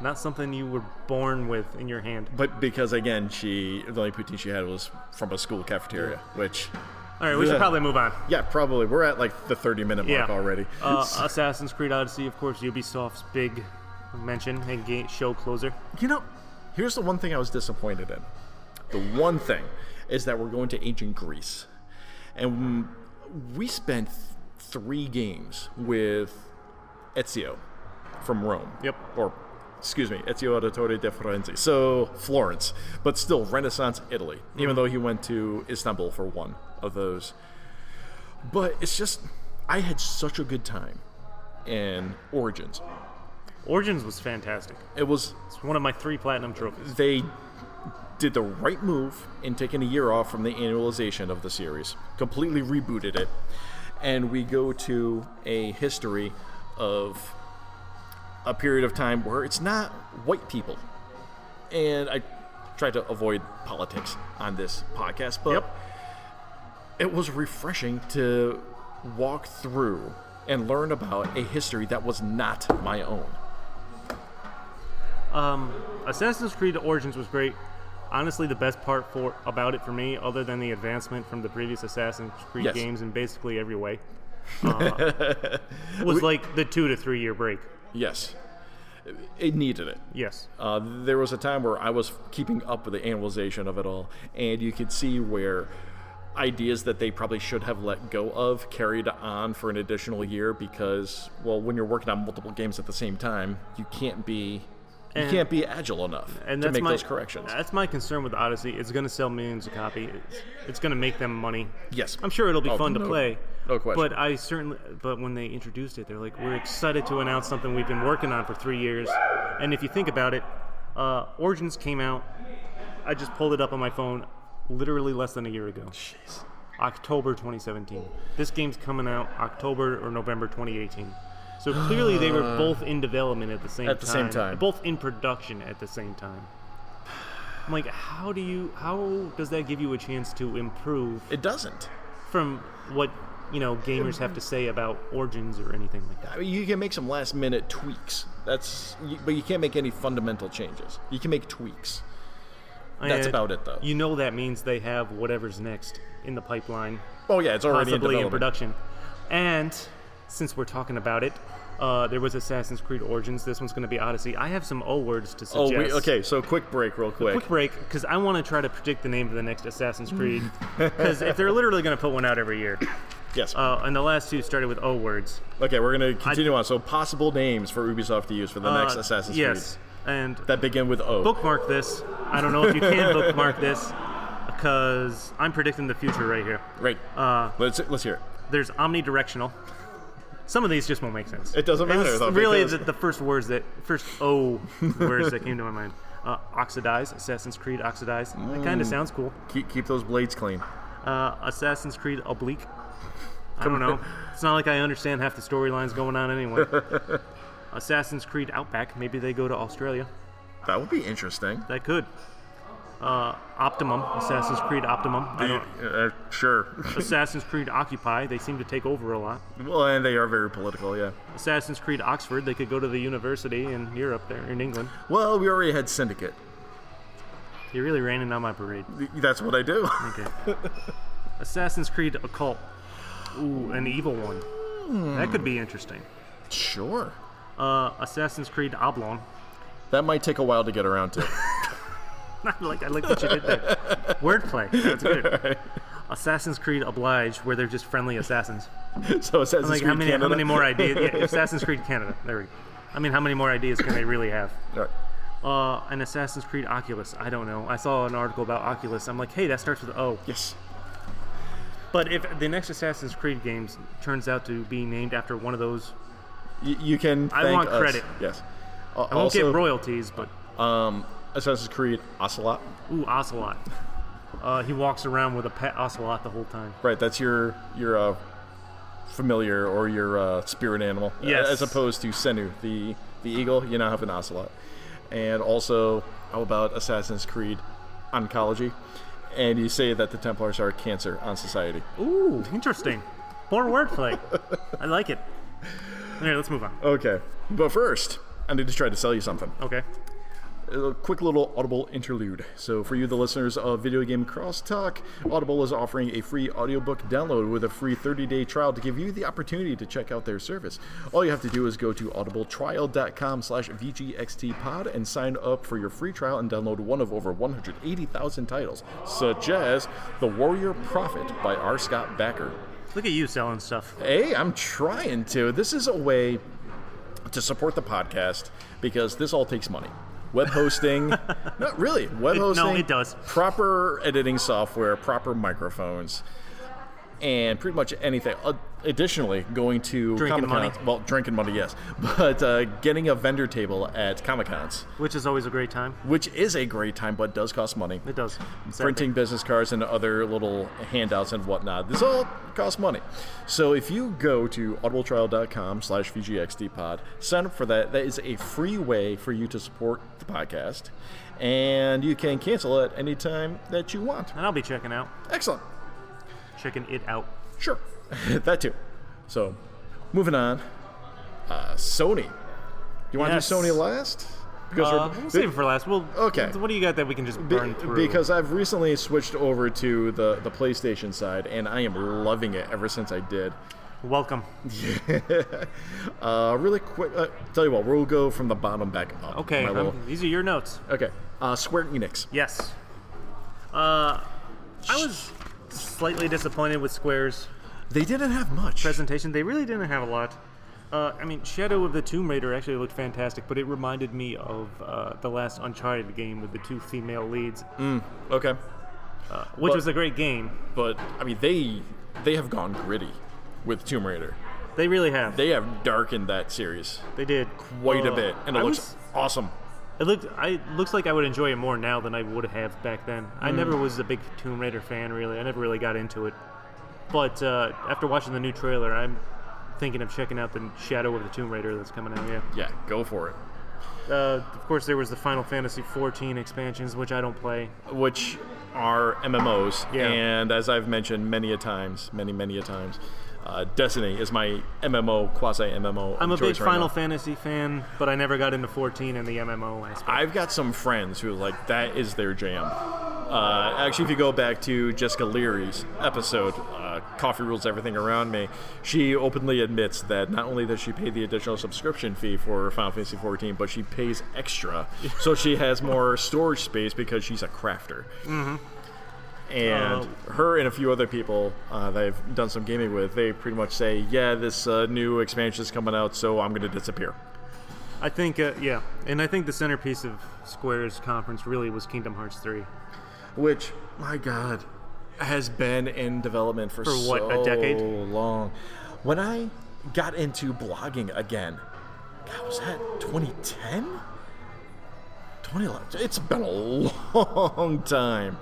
S3: not something you were born with in your hand?
S2: But because again, she the only poutine she had was from a school cafeteria, which
S3: All right, we
S2: Yeah.
S3: should probably move on.
S2: yeah, probably we're at like the thirty minute
S3: Yeah.
S2: mark already.
S3: Uh, Assassin's Creed Odyssey, of course, Ubisoft's big mention and ga- show closer.
S2: You know, here's the one thing I was disappointed in. The one thing is that we're going to ancient Greece. And we spent th- three games with Ezio from Rome.
S3: Yep.
S2: Or, excuse me, Ezio Auditore de Firenze. So, Florence, but still Renaissance Italy, even though he went to Istanbul for one of those. But it's just, I had such a good time in Origins.
S3: Origins was fantastic.
S2: It was
S3: It's one of my three platinum trophies.
S2: they did the right move in taking a year off from the annualization of the series, completely rebooted it, and we go to a history of a period of time where it's not white people. And I tried to avoid politics on this podcast, but
S3: Yep.
S2: it was refreshing to walk through and learn about a history that was not my own.
S3: Um, Assassin's Creed Origins was great. Honestly, the best part for about it for me, other than the advancement from the previous Assassin's Creed
S2: Yes.
S3: games in basically every way, uh, was like the two to three year break.
S2: Yes. It- It needed it.
S3: Yes.
S2: Uh, there was a time where I was keeping up with the annualization of it all, and you could see where ideas that they probably should have let go of carried on for an additional year because, well, when you're working on multiple games at the same time, you can't be you
S3: And-
S2: can't be agile enough
S3: and
S2: to
S3: that's
S2: make
S3: my,
S2: those corrections.
S3: That's my concern with Odyssey. It's going to sell millions of copy. It's, it's going to make them money.
S2: Yes.
S3: I'm sure it'll be
S2: Oh,
S3: fun
S2: no-
S3: to play.
S2: no question.
S3: But I certainly. But when they introduced it, they're like, "We're excited to announce something we've been working on for three years." And if you think about it, uh, Origins came out. I just pulled it up on my phone, literally less than a year ago.
S2: Jeez.
S3: October 2017. This game's coming out October or November 2018. So clearly they were both in development at the same
S2: Uh, At the same time.
S3: both in production at the same time. I'm like, how do you? How does that give you a chance to improve
S2: It doesn't.
S3: from what you know gamers
S2: Mm-hmm.
S3: have to say about Origins or anything like that?
S2: I mean, you can make some last minute tweaks. That's you- but you can't make any fundamental changes. You can make tweaks. That's
S3: And
S2: about it, though.
S3: You know that means they have whatever's next in the pipeline
S2: Oh yeah, it's already
S3: possibly
S2: in development.
S3: in production. And since we're talking about it, uh, there was Assassin's Creed Origins. This one's going to be Odyssey. I have some O words to
S2: Oh, we,
S3: suggest.
S2: okay. So quick break, real quick.
S3: Quick break, because I want to try to predict the name of the next Assassin's Creed. Because if they're literally going to put one out every year,
S2: yes.
S3: uh, and the last two started with O words.
S2: Okay, we're gonna continue on. So possible names for Ubisoft to use for the next
S3: Uh,
S2: Assassin's
S3: yes, and
S2: Creed that begin with O.
S3: bookmark this. I don't know if you can bookmark this, because I'm predicting the future right here.
S2: Right.
S3: Uh,
S2: let's let's hear it.
S3: there's omnidirectional. Some of these just won't make sense.
S2: It doesn't matter,
S3: It's
S2: though,
S3: really,
S2: because-
S3: the, the first words that first O words that came to my mind. Uh, oxidize, Assassin's Creed Oxidize. That
S2: Mm.
S3: kind of sounds cool.
S2: Keep, keep those blades clean.
S3: Uh, Assassin's Creed Oblique. I don't know. It's not like I understand half the storylines going on anyway. Assassin's Creed Outback. Maybe they go to Australia.
S2: That would be interesting.
S3: That could. Uh, Optimum, Assassin's Creed Optimum. I don't,
S2: Uh, sure.
S3: Assassin's Creed Occupy. They seem to take over a lot.
S2: well, and they are very political. Yeah.
S3: Assassin's Creed Oxford, they could go to the university in Europe there, in England.
S2: Well, we already had Syndicate.
S3: You're really raining on my parade.
S2: That's what I do.
S3: Okay. Assassin's Creed Occult. Ooh, an evil one. That could be interesting.
S2: sure.
S3: Uh, Assassin's Creed Oblong.
S2: That might take a while to get around to.
S3: I like, I like what you did there. Wordplay. That's good. Assassin's Creed Oblige, where they're just friendly assassins.
S2: So Assassin's
S3: Like
S2: Creed
S3: how many
S2: Canada.
S3: how many more ideas? Yeah, Assassin's Creed Canada. There we go. I mean, how many more ideas can they really have?
S2: All right.
S3: Uh, an Assassin's Creed Oculus. I don't know. I saw an article about Oculus. I'm like, hey, that starts with O.
S2: Yes.
S3: But if the next Assassin's Creed games turns out to be named after one of those,
S2: Y- you can.
S3: I
S2: thank
S3: want
S2: us.
S3: credit.
S2: Yes. Uh,
S3: I won't
S2: also,
S3: get royalties, but
S2: um, Assassin's Creed Ocelot.
S3: ooh, Ocelot. Uh, he walks around with a pet ocelot the whole time.
S2: Right. That's your your uh, familiar or your uh, spirit animal.
S3: Yes.
S2: As opposed to Senu, the the eagle. You now have an ocelot. And also, how about Assassin's Creed Oncology? And you say that the Templars are a cancer on society.
S3: Ooh, interesting. More wordplay. I like it. Anyway, let's move on.
S2: Okay. But first, I need to try to sell you something.
S3: Okay.
S2: a quick little Audible interlude. So, for you, the listeners of Video Game Crosstalk, Audible is offering a free audiobook download with a free 30 day trial to give you the opportunity to check out their service. All you have to do is go to audibletrial.com slash VGXTpod and sign up for your free trial and download one of over 180,000 titles, such as The Warrior Prophet by R. Scott Backer.
S3: Look at you selling stuff.
S2: Hey, I'm trying to. This is a way to support the podcast because this all takes money. Web hosting, not really. Web
S3: It- no,
S2: hosting.
S3: it does.
S2: Proper editing software, proper microphones, and pretty much anything. Uh, additionally, going to
S3: Drinking
S2: Comic-Cons-
S3: money.
S2: Well, drinking money, yes, but uh, getting a vendor table at Comic Cons,
S3: Which is always a great time.
S2: which is a great time, but does cost money.
S3: It does. Sadly.
S2: Printing business cards and other little handouts and whatnot. This all costs money. So if you go to audibletrial.com slash VGXDpod, sign up for that. That is a free way for you to support the podcast. And you can cancel it anytime that you want.
S3: And I'll be checking out.
S2: Excellent.
S3: Checking it out.
S2: Sure. that too. So moving on. Uh, Sony. You want to
S3: Yes.
S2: do Sony last? Because
S3: Uh, we'll save it for last. We'll,
S2: Okay.
S3: What do you got that we can just
S2: Be-
S3: burn through?
S2: because I've recently switched over to the, the PlayStation side, and I am loving it ever since I did.
S3: welcome.
S2: uh, really quick, uh, tell you what, we'll go from the bottom back up.
S3: Okay.
S2: my
S3: um,
S2: little-
S3: these are your notes.
S2: okay. Uh, Square Enix.
S3: Yes. Uh, I was slightly disappointed with Square's
S2: They didn't have much.
S3: presentation. They really didn't have a lot. Uh, I mean, Shadow of the Tomb Raider actually looked fantastic, but it reminded me of uh, the last Uncharted game with the two female leads,
S2: okay,
S3: which
S2: but-
S3: was a great game.
S2: but I mean they they have gone gritty with Tomb Raider.
S3: They really have. They,
S2: They have darkened that series
S3: did
S2: quite a
S3: Uh,
S2: bit, and it
S3: I
S2: looks
S3: was-
S2: awesome.
S3: It looked. I it looks like I would enjoy it more now than I would have back then. I never was a big Tomb Raider fan, really. I never really got into it. But uh, after watching the new trailer, I'm thinking of checking out the Shadow of the Tomb Raider that's coming out. Yeah.
S2: Yeah, go for it.
S3: Uh, of course, there was the Final Fantasy 14 expansions, which I don't play.
S2: Which are MMOs,
S3: Yeah.
S2: and as I've mentioned many a times, many many a times. Uh, Destiny is my MMO quasi MMO.
S3: I'm a
S2: of
S3: big
S2: choice right
S3: Final
S2: now.
S3: Fantasy fan, but I never got into 14 and the MMO aspect.
S2: I've got some friends who like that is their jam. Uh, actually, if you go back to Jessica Leary's episode, uh, "Coffee Rules Everything Around Me," she openly admits that not only does she pay the additional subscription fee for Final Fantasy XIV, but she pays extra, so she has more storage space because she's a crafter. And her and a few other people uh, that I've done some gaming with, they pretty much say, "Yeah, this uh, new expansion is coming out, so I'm going to disappear."
S3: I think, uh, yeah, and I think the centerpiece of Square's conference really was Kingdom Hearts 3.
S2: which my god has been in development for,
S3: For what,
S2: so
S3: a decade?
S2: long when i got into blogging again god was that 2010 2011 it's been a long time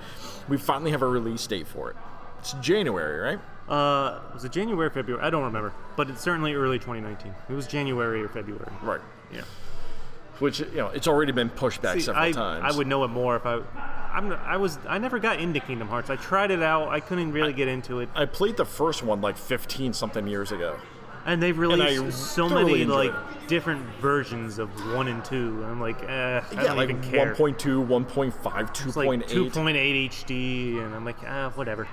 S2: we finally have a release date for it it's january right
S3: Uh, was it January or February? I don't remember, but it's certainly early 2019. It was January or February.
S2: right
S3: Yeah.
S2: which you know it's already been pushed back several
S3: I,
S2: times
S3: I would know it more if I. I'm, I was. I never got into Kingdom Hearts. I tried it out. I couldn't really get into it.
S2: i played the first one like 15 something years ago
S3: And they've released
S2: I
S3: so
S2: thoroughly
S3: many
S2: enjoyed
S3: like different versions of one and two. I'm like, eh, I
S2: yeah
S3: don't
S2: like
S3: even care.
S2: 1.2 1.5
S3: It's like
S2: 2.8
S3: 2.8 HD, and I'm like, ah, whatever.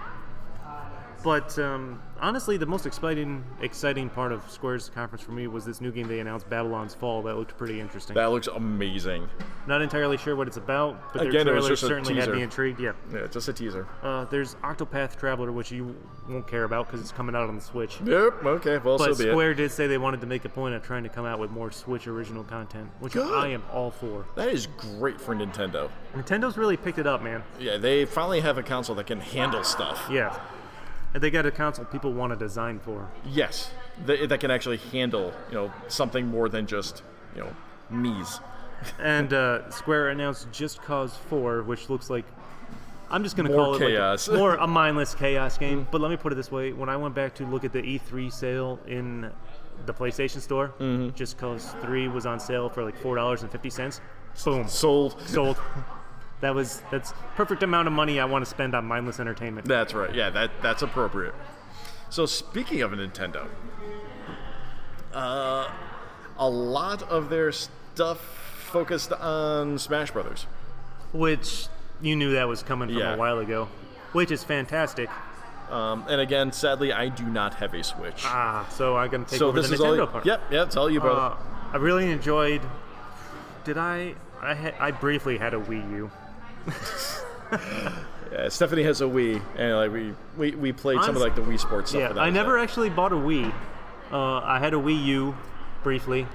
S3: But um, honestly, the most exciting exciting part of Square's conference for me was this new game they announced, Babylon's Fall. That looked pretty interesting.
S2: That looks amazing.
S3: Not entirely sure what it's about, but their
S2: Again, it was
S3: trailer
S2: just a
S3: certainly had
S2: teaser.
S3: me intrigued. Yeah.
S2: Yeah, just a teaser.
S3: Uh, there's Octopath Traveler, which you won't care about because it's coming out on the Switch.
S2: Nope. Okay. Well,
S3: But
S2: so be it.
S3: Square did say they wanted to make a point of trying to come out with more Switch original content, which
S2: Good.
S3: I am all for.
S2: That is great for Nintendo.
S3: Nintendo's really picked it up, man.
S2: Yeah, they finally have a console that can handle stuff.
S3: Yeah. And they got a console people want to design for.
S2: Yes, that, that can actually handle you know something more than just you know me's.
S3: And uh, Square announced Just Cause 4, which looks like I'm just going to
S2: More
S3: call it like a-
S2: chaos. Mm-hmm.
S3: more a mindless chaos game. But let me put it this way: when I went back to look at the E3 sale in the PlayStation Store,
S2: Mm-hmm.
S3: Just Cause 3 was on sale for like four dollars and fifty cents. Boom,
S2: Sold.
S3: sold. That was that's perfect amount of money I want to spend on mindless entertainment.
S2: That's right. Yeah, that that's appropriate. So speaking of Nintendo, uh, a lot of their stuff focused on Smash Brothers.
S3: Which you knew that was coming from
S2: Yeah.
S3: a while ago, which is fantastic.
S2: Um, and again, sadly, I do not have a Switch.
S3: Ah, so I'm gonna take
S2: so
S3: over
S2: this
S3: the
S2: is
S3: Nintendo
S2: all.
S3: part.
S2: Yep, yep, it's all you, brother.
S3: Uh, I really enjoyed. Did I? I had, I briefly had a Wii U.
S2: Yeah, Uh, Stephanie has a Wii, and like we we, we played some of
S3: Honest-
S2: like the Wii Sports stuff.
S3: Yeah,
S2: but that
S3: I
S2: was
S3: never
S2: it.
S3: actually bought a Wii. Uh, I had a Wii U briefly,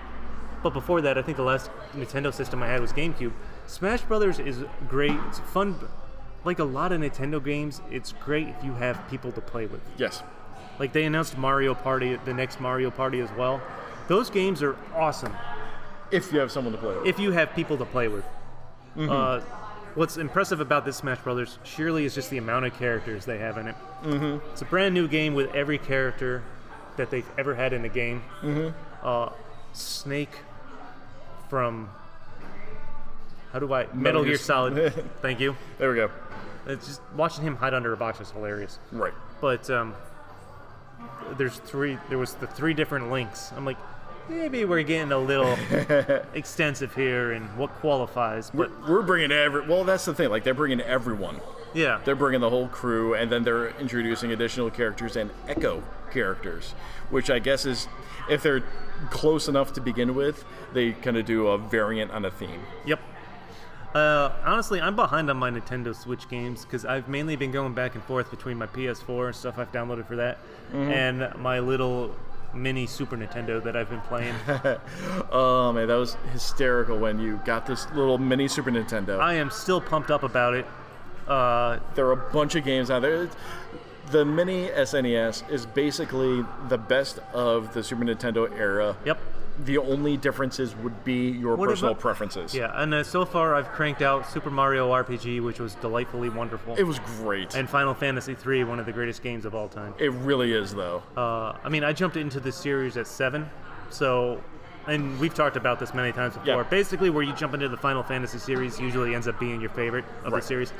S3: but before that, I think the last Nintendo system I had was GameCube. Smash Brothers is great. It's fun. Like a lot of Nintendo games, it's great if you have people to play with.
S2: Yes,
S3: Like they announced Mario Party, the next Mario Party as well. Those games are awesome.
S2: if you have someone to play with.
S3: if you have people to play with. Uh, what's impressive about this Smash Brothers surely is just the amount of characters they have in it. Mm-hmm. It's a brand new game with every character that they've ever had in a game. Mm-hmm. Uh, Snake from how do I Metal,
S2: Metal
S3: Gear
S2: Gear-
S3: Solid? Thank you.
S2: there we go.
S3: It's just watching him hide under a box is hilarious.
S2: Right.
S3: But um, there's three. There was the three different links. I'm like, maybe we're getting a little extensive here and what qualifies. But
S2: We're, we're bringing every. Well, that's the thing. Like they're bringing everyone.
S3: yeah,
S2: They're bringing the whole crew, and then they're introducing additional characters and echo characters, which I guess is if they're close enough to begin with, they kind of do a variant on a theme.
S3: yep. Uh, honestly, I'm behind on my Nintendo Switch games because I've mainly been going back and forth between my PS4 and stuff I've downloaded for that, and my little mini Super Nintendo that I've been playing.
S2: Oh man, that was hysterical when you got this little mini Super Nintendo.
S3: I am still pumped up about it. Uh,
S2: There are a bunch of games out there. It's- The mini SNES is basically the best of the Super Nintendo era.
S3: yep.
S2: The only differences would be your
S3: What
S2: personal
S3: about-
S2: preferences.
S3: Yeah, and uh, so far I've cranked out Super Mario RPG, which was delightfully wonderful.
S2: It was great.
S3: and Final Fantasy III, one of the greatest games of all time.
S2: it really is, though.
S3: Uh, I mean, I jumped into the series at seven, so, and we've talked about this many times before.
S2: Yeah.
S3: Basically, where you jump into the Final Fantasy series usually ends up being your favorite of
S2: Right.
S3: the series.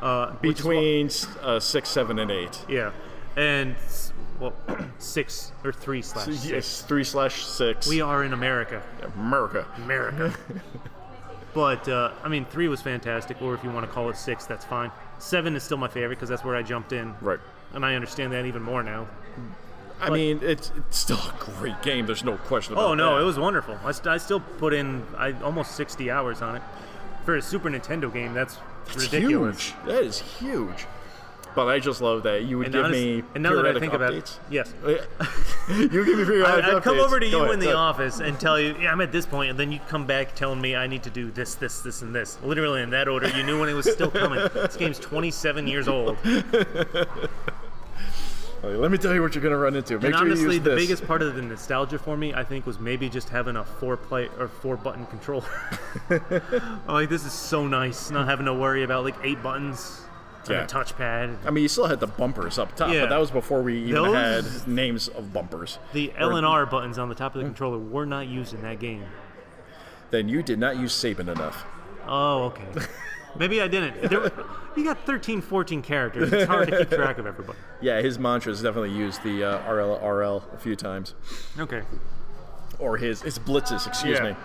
S3: Uh, which is wh-
S2: Between s- uh, six, seven, and eight.
S3: yeah, and s- well, six or three slash
S2: Yes,
S3: six.
S2: three slash six.
S3: We are in America,
S2: America.
S3: America. but uh, I mean, three was fantastic, or if you want to call it six, that's fine. Seven is still my favorite because that's where I jumped in,
S2: Right.
S3: and I understand that even more now.
S2: I mean, it's, it's still a great game. There's no question about
S3: Oh no,
S2: that.
S3: it was wonderful. I, st- I still put in I almost 60 hours on it for a Super Nintendo game. That's,
S2: It's
S3: ridiculous.
S2: huge. That is huge. But I just love that you would
S3: And
S2: give
S3: honest-
S2: me
S3: and now that I
S2: periodic
S3: think about
S2: updates.
S3: it, yes,
S2: you give me periodic
S3: I,
S2: updates.
S3: I'd come over to
S2: Go
S3: you
S2: ahead,
S3: in the
S2: go ahead.
S3: office and tell you, yeah, I'm at this point, and then you'd come back telling me I need to do this, this, this, and this. Literally in that order. You knew when it was still coming. this game's 27 years old.
S2: Like, Let me tell you what you're going to run into. Make
S3: and
S2: sure you
S3: honestly,
S2: use
S3: the
S2: this.
S3: biggest part of the nostalgia for me, I think, was maybe just having a four play or four button controller. I'm like, this is so nice, not having to worry about like eight buttons and
S2: Yeah.
S3: a touchpad.
S2: I mean, you still had the bumpers up top,
S3: Yeah.
S2: but that was before we even
S3: Those-
S2: had names of bumpers.
S3: The L and R buttons on the top
S2: Hmm.
S3: of the controller were not used in that game.
S2: Then you did not use Saban enough.
S3: Oh, okay. Maybe I didn't. There were- you got 13, 14 characters. It's hard to keep track of everybody.
S2: Yeah, his mantras definitely used the uh, RL RL a few times,
S3: Okay.
S2: or his his blitzes. Excuse
S3: Yeah.
S2: me.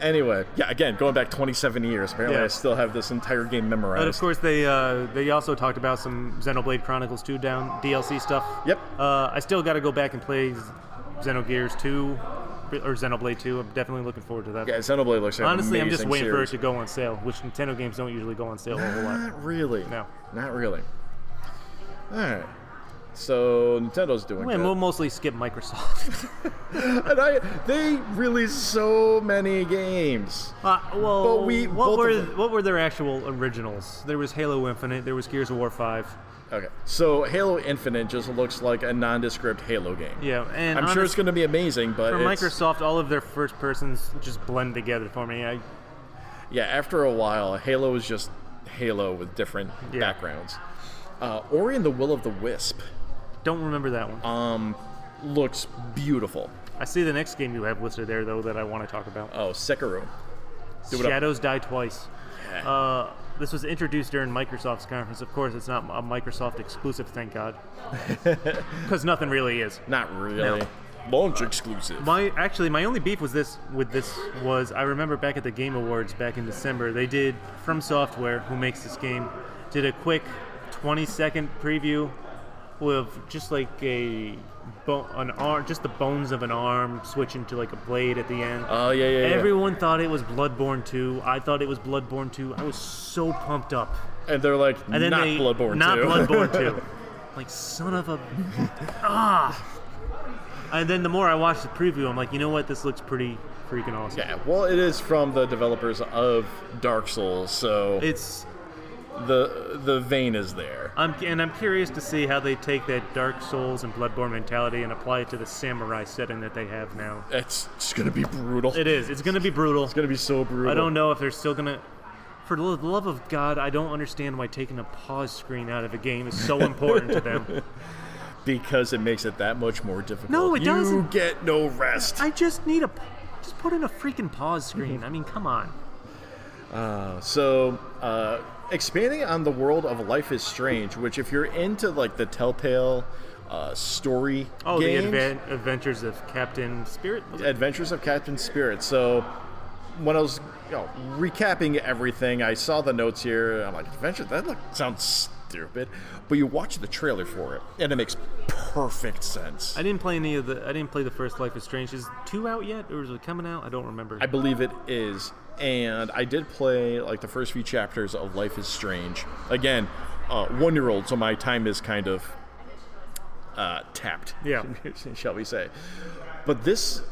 S2: Anyway, yeah, again, going back 27 years, apparently
S3: Yeah.
S2: I still have this entire game memorized.
S3: But of course, they uh, they also talked about some Xenoblade Chronicles 2 down DLC stuff.
S2: Yep.
S3: Uh, I still got to go back and play Z- Xenogears 2 or Xenoblade 2. I'm definitely looking forward to that.
S2: yeah, Xenoblade looks like an
S3: Honestly, I'm just
S2: amazing
S3: waiting for it
S2: series.
S3: to go on sale, which Nintendo games don't usually go on sale a whole lot.
S2: Not really.
S3: No.
S2: Not really. All right. So Nintendo's doing
S3: We'll
S2: good.
S3: mostly skip Microsoft.
S2: and I, they release so many games.
S3: Uh, well,
S2: But we-
S3: what
S2: both
S3: were
S2: of them.
S3: what were their actual originals? There was Halo Infinite. There was Gears of War Five.
S2: Okay. So Halo Infinite just looks like a nondescript Halo game.
S3: Yeah, and
S2: I'm sure it's
S3: honest-
S2: going to be amazing, but
S3: for
S2: it's-
S3: Microsoft, all of their first persons just blend together for me. I,
S2: yeah, after a while, Halo is just Halo with different
S3: Yeah.
S2: backgrounds. Uh, Ori and the Will of the Wisp
S3: Don't remember that one.
S2: looks beautiful.
S3: I see the next game you have listed there, though, that I want to talk about.
S2: Oh, Sekiro. do it up.
S3: Shadows Die Twice. Uh, this was introduced during Microsoft's conference. Of course, it's not a Microsoft exclusive, thank God. Because nothing really is.
S2: Not really. Launch exclusive.
S3: My actually, my only beef was this with this was I remember back at the Game Awards back in December, they did From Software, who makes this game, did a quick 20-second preview with just like a bo- an arm, just the bones of an arm switching to like a blade at the end.
S2: Oh yeah, yeah, yeah.
S3: Everyone thought it was Bloodborne 2. I thought it was Bloodborne 2. I was so pumped up.
S2: and they're like,
S3: And then
S2: not
S3: they,
S2: Bloodborne
S3: Not
S2: 2.
S3: Bloodborne 2. Like, son of a. ah! And then the more I watched the preview, I'm like, you know what? This looks pretty freaking awesome.
S2: yeah, well, it is from the developers of Dark Souls, so
S3: It's.
S2: the the vein is there.
S3: I'm, and I'm curious to see how they take that Dark Souls and Bloodborne mentality and apply it to the samurai setting that they have now.
S2: It's it's gonna be brutal.
S3: It is. It's going to be brutal.
S2: It's gonna be so brutal.
S3: I don't know if they're still gonna. For the lo- the love of God, I don't understand why taking a pause screen out of a game is so important to them.
S2: because it makes it that much more difficult.
S3: No, it
S2: you
S3: doesn't.
S2: get no rest.
S3: I just need a, p- just put in a freaking pause screen. I mean, come on.
S2: So, uh, expanding on the world of Life is Strange, which if you're into like the Telltale uh, story
S3: Oh,
S2: games,
S3: the adven- adventures of Captain Spirit. was it?
S2: Adventures of Captain Spirit. So when I was you know, recapping everything, I saw the notes here. I'm like, Adventure, that look, sounds stupid. But you watch the trailer for it, and it makes perfect sense.
S3: I didn't play any of the. I didn't play the first Life is Strange. Is two out yet, or is it coming out? I don't remember.
S2: I believe it is. And I did play like the first few chapters of Life is Strange. Again, uh, one year old, so my time is kind of uh, tapped.
S3: Yeah.
S2: shall we say. But this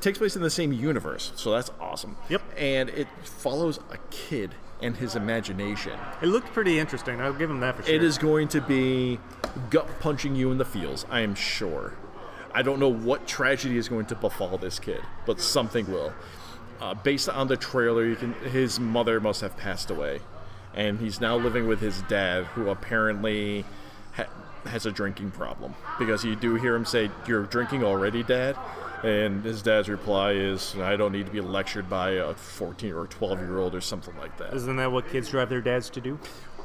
S2: takes place in the same universe, so that's awesome.
S3: Yep.
S2: And it follows a kid and his imagination.
S3: it looked pretty interesting. I'll give him that for sure.
S2: It is going to be gut punching you in the feels, I am sure. I don't know what tragedy is going to befall this kid, but something will. Uh, based on the trailer, you can, his mother must have passed away, and he's now living with his dad, who apparently ha- has a drinking problem. Because you do hear him say, "You're drinking already, Dad," and his dad's reply is, "I don't need to be lectured by a 14 or 12 year old or something like that."
S3: Isn't that what kids drive their dads to do?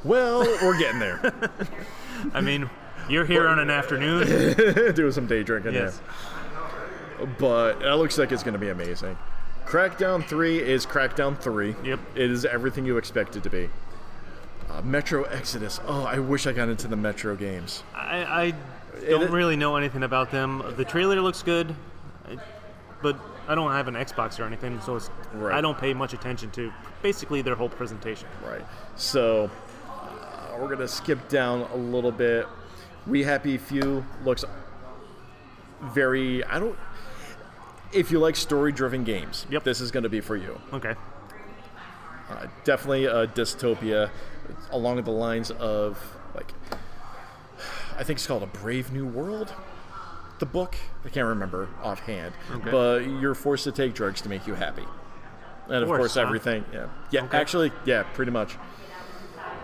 S2: Well, we're getting there.
S3: I mean, you're here on an afternoon.
S2: doing some day drinking
S3: Yes.
S2: there. But that looks like it's going to be amazing. Crackdown 3 is Crackdown 3.
S3: Yep.
S2: It is everything you expect it to be. Uh, Metro Exodus. Oh, I wish I got into the Metro games.
S3: I, I don't
S2: it-
S3: really know anything about them. The trailer looks good, I- but I don't have an Xbox or anything, so it's
S2: Right.
S3: I don't pay much attention to basically their whole presentation.
S2: Right. So uh, we're going to skip down a little bit. We Happy Few looks very. I don't. If you like story driven games,
S3: Yep.
S2: this is going to be for you.
S3: Okay,
S2: Uh, definitely a dystopia along the lines of like I think it's called a Brave New World. The book I can't remember offhand,
S3: Okay.
S2: but you're forced to take drugs to make you happy, and of
S3: course,
S2: course,
S3: huh?
S2: everything. Yeah, yeah.
S3: Okay.
S2: Actually, yeah, pretty much.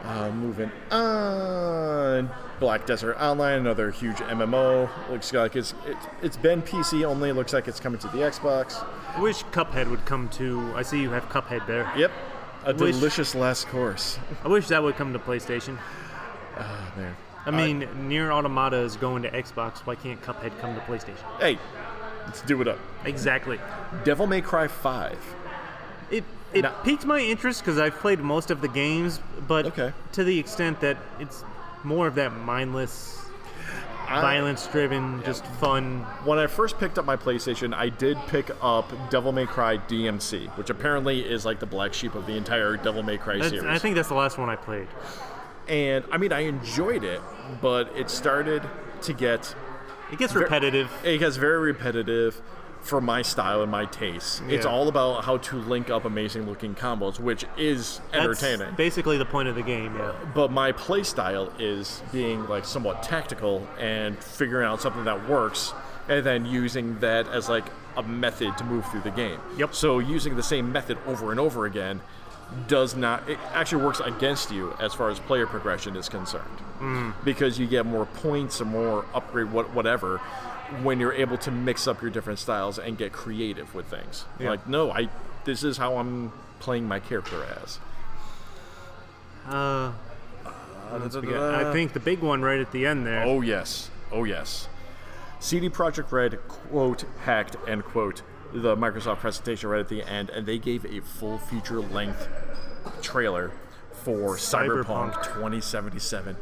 S2: Uh, moving on, Black Desert Online, another huge MMO. Looks like it's it's, it's been PC only. Looks like it's coming to the Xbox.
S3: I wish Cuphead would come to. I see you have Cuphead there.
S2: Yep, a
S3: Which-
S2: delicious last course. Ah,
S3: I wish that would come to PlayStation.
S2: There.
S3: I mean, Near Automata is going to Xbox. Why can't Cuphead come to PlayStation?
S2: Hey, let's do it up.
S3: Exactly.
S2: Devil May Cry 5
S3: It it
S2: No.
S3: piqued my interest because I've played most of the games, but
S2: Okay.
S3: to the extent that it's more of that mindless,
S2: Uh,
S3: violence-driven, just fun.
S2: When I first picked up my PlayStation, I did pick up Devil May Cry DMC, which apparently is like the black sheep of the entire Devil May Cry
S3: That's,
S2: series.
S3: I think that's the last one I played.
S2: and I mean, I enjoyed it, but it started to get
S3: It gets repetitive.
S2: it gets very repetitive for my style and my taste. It's
S3: Yeah.
S2: all about how to link up amazing looking combos, which is
S3: That's
S2: entertaining.
S3: basically the point of the game. Yeah.
S2: but my play style is being like somewhat tactical and figuring out something that works and then using that as like a method to move through the game.
S3: Yep.
S2: So using the same method over and over again does not it actually works against you as far as player progression is concerned.
S3: Mm.
S2: Because you get more points or more upgrade what whatever when you're able to mix up your different styles and get creative with things.
S3: Yeah.
S2: Like no, I this is how I'm playing my character as.
S3: Uh, I think the big one right at the end there.
S2: Oh yes, oh yes. CD Projekt Red quote hacked end quote the Microsoft presentation right at the end, and they gave a full feature length trailer for Cyberpunk,
S3: Cyberpunk.
S2: 2077.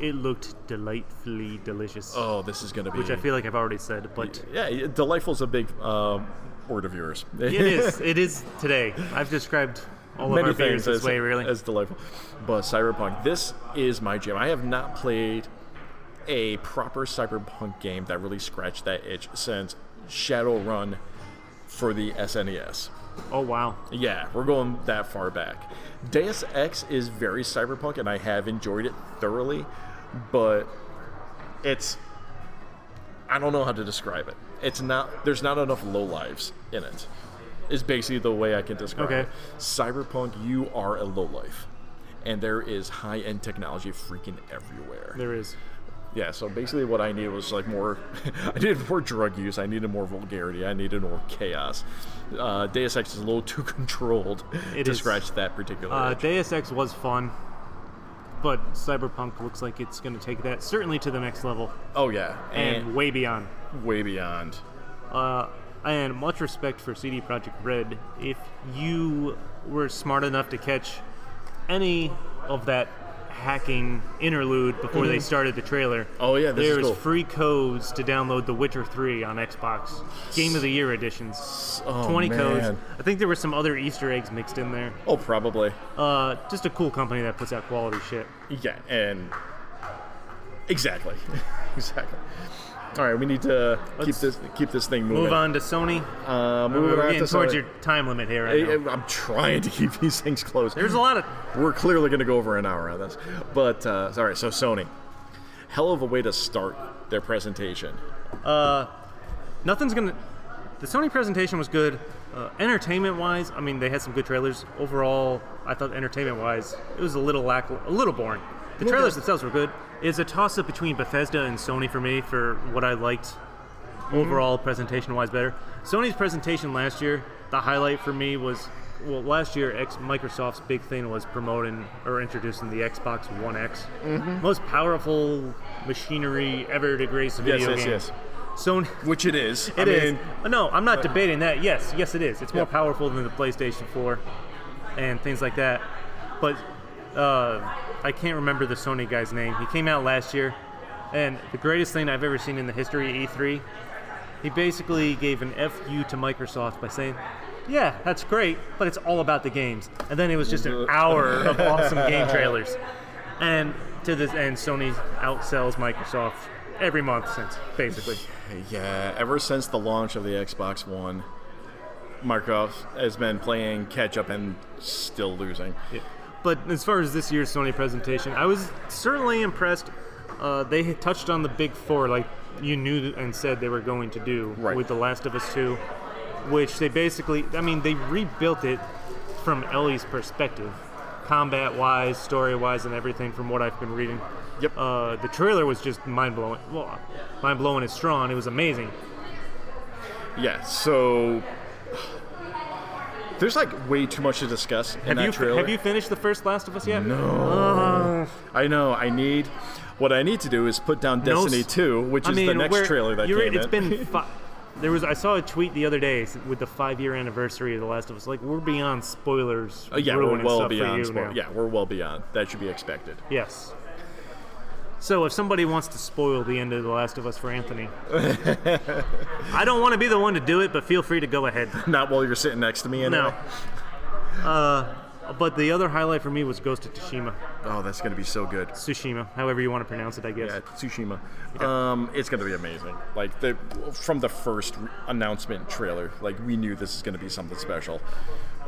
S3: It looked delightfully delicious,
S2: Oh, this is gonna be.
S3: which I feel like I've already said, but
S2: yeah, delightful is a big um, word of yours. It
S3: it is. It is today. I've described all of
S2: Many
S3: our beers
S2: things
S3: this
S2: as,
S3: way, really.
S2: as delightful. But Cyberpunk, this is my jam. I have not played a proper Cyberpunk game that really scratched that itch since Shadowrun for the E SNES.
S3: oh wow.
S2: Yeah, we're going that far back. Deus Ex is very cyberpunk, and I have enjoyed it thoroughly, but it's. I don't know how to describe it. It's not. There's not enough low lives in it. Is basically the way I can describe
S3: Okay.
S2: it. Cyberpunk, you are a low life, and there is high end technology freaking everywhere.
S3: There is.
S2: Yeah, so basically what I needed was like more, I needed more drug use, I needed more vulgarity, I needed more chaos. Uh, Deus Ex is a little too controlled
S3: It
S2: to
S3: is.
S2: scratch that particular.
S3: Uh,
S2: itch.
S3: Deus Ex was fun, but Cyberpunk looks like it's going to take that certainly to the next level
S2: oh yeah,
S3: and
S2: and,
S3: way beyond.
S2: way beyond.
S3: Uh, and much respect for CD Projekt Red. If you were smart enough to catch any of that hacking interlude before they started the trailer,
S2: Mm-hmm. Oh, yeah, this is
S3: there is
S2: cool.
S3: free codes to download The Witcher 3 on Xbox Game of the Year editions.
S2: Oh,
S3: 20 codes.
S2: man.
S3: I think there were some other Easter eggs mixed in there.
S2: Oh, probably.
S3: Uh, just a cool company that puts out quality shit.
S2: Yeah, and exactly, exactly. All right, we need to keep
S3: Let's
S2: this keep this thing moving.
S3: Move on to Sony.
S2: Uh, moving
S3: We're
S2: on
S3: getting
S2: to
S3: towards
S2: some-
S3: your time limit here.
S2: I,
S3: Right now.
S2: I'm trying to keep these things close.
S3: There's a lot of
S2: We're clearly going to go over an hour on this. But, uh, all right, so Sony. Hell of a way to start their presentation.
S3: nothing's gonna. The Sony presentation was good. Uh, entertainment wise, I mean, they had some good trailers. Overall, I thought entertainment wise, it was a little lack, a little boring. The trailers themselves were good. It's a toss up between Bethesda and Sony for me for what I liked
S2: Mm-hmm.
S3: overall presentation wise better. Sony's presentation last year, the highlight for me was well, last year X, Microsoft's big thing was promoting or introducing the Xbox One X,
S2: Mm-hmm.
S3: most powerful machinery ever to grace a
S2: Yes,
S3: video
S2: yes,
S3: game.
S2: yes.
S3: Sony,
S2: Which it is.
S3: it is. No, I'm not debating that. Yes, yes, it is. It's more
S2: Yeah.
S3: powerful than the PlayStation 4 and things like that. But uh, I can't remember the Sony guy's name. He came out last year, and the greatest thing I've ever seen in the history of E3, he basically gave an FU to Microsoft by saying, yeah, that's great, but it's all about the games. And then it was just an hour of awesome game trailers. And to this end, Sony outsells Microsoft every month since, basically.
S2: Yeah, ever since the launch of the Xbox One, Microsoft has been playing catch up and still losing.
S3: But as far as this year's Sony presentation, I was certainly impressed. Uh, they had touched on the big four, like you knew and said they were going to do
S2: Right.
S3: with The Last of Us 2, which they basically, I mean, they rebuilt it from Ellie's perspective, combat wise, story wise, and everything from what I've been reading.
S2: Yep.
S3: Uh, the trailer was just mind blowing. Well, mind blowing is strong. It was amazing.
S2: yeah, so. There's like way too much to discuss in that
S3: Have you
S2: trailer.
S3: have you finished the first Last of Us yet? Uh,
S2: No. I know. I need. What I need to do is put down
S3: No
S2: Destiny
S3: s-
S2: 2, which
S3: I
S2: is
S3: mean,
S2: the next
S3: we're-
S2: trailer that
S3: you're,
S2: came
S3: It's
S2: in.
S3: been fi- There was I saw a tweet the other day s- with the five year anniversary of The Last of Us. Like we're beyond spoilers.
S2: Uh, yeah,
S3: ruin
S2: we're
S3: and
S2: well
S3: stuff for you
S2: beyond. spoil-
S3: now.
S2: yeah, we're well beyond. That should be expected.
S3: Yes. So if somebody wants to spoil the end of The Last of Us for Anthony, I don't want to be the one to do it, but feel free to go ahead.
S2: Not while you're sitting next to me. Anyway.
S3: No. Uh, but the other highlight for me was Ghost of Tsushima.
S2: Oh, that's gonna be so good.
S3: Tsushima, however you want to pronounce it, I guess.
S2: Yeah, Tsushima. Um, it's gonna be amazing. Like the from the first re- announcement trailer, like we knew this is gonna be something special.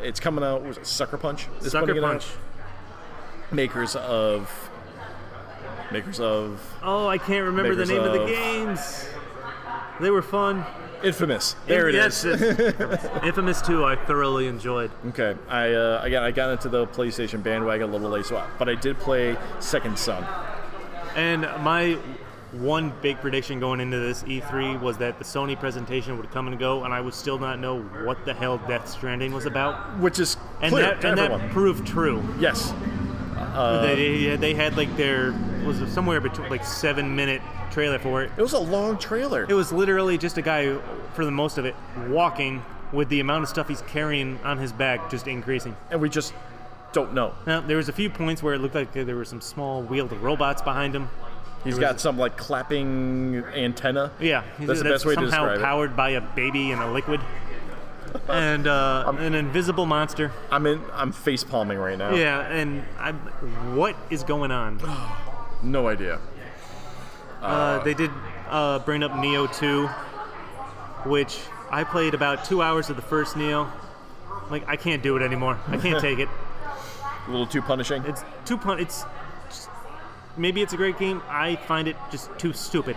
S2: It's coming out. what Was it Sucker Punch? This
S3: Sucker
S2: one
S3: Punch.
S2: Makers of. Makers of
S3: Oh, I can't remember
S2: Makers
S3: the name of the
S2: of-
S3: games. They were fun.
S2: Infamous. There it is.
S3: Yes, it's- Infamous 2, I thoroughly enjoyed.
S2: Okay, I uh, again I got into the PlayStation bandwagon a little late, so but I did play Second Son.
S3: And my one big prediction going into this E3 was that the Sony presentation would come and go, and I would still not know what the hell Death Stranding was about.
S2: which is
S3: And
S2: clear Uh,
S3: that
S2: to
S3: and
S2: everyone.
S3: that proved true.
S2: yes,
S3: they, they had like their was it somewhere between like seven minute trailer for it.
S2: it was a long trailer.
S3: It was literally just a guy for the most of it walking with the amount of stuff he's carrying on his back just increasing.
S2: and we just don't know.
S3: Now there was a few points where it looked like there were some small wheeled robots behind him.
S2: He's
S3: There was-
S2: got some like clapping antenna.
S3: Yeah,
S2: That's the best way to
S3: somehow
S2: describe it.
S3: powered by a baby and a liquid. And uh, an invisible monster.
S2: I'm in. I'm face palming right now.
S3: Yeah, and I, what is going on? Uh,
S2: No idea.
S3: they did uh, bring up Neo 2, which I played about two hours of the first Neo. I'm Like I can't do it anymore. I can't take it.
S2: A little too punishing.
S3: It's too pun. It's just- maybe it's a great game. I find it just too stupid.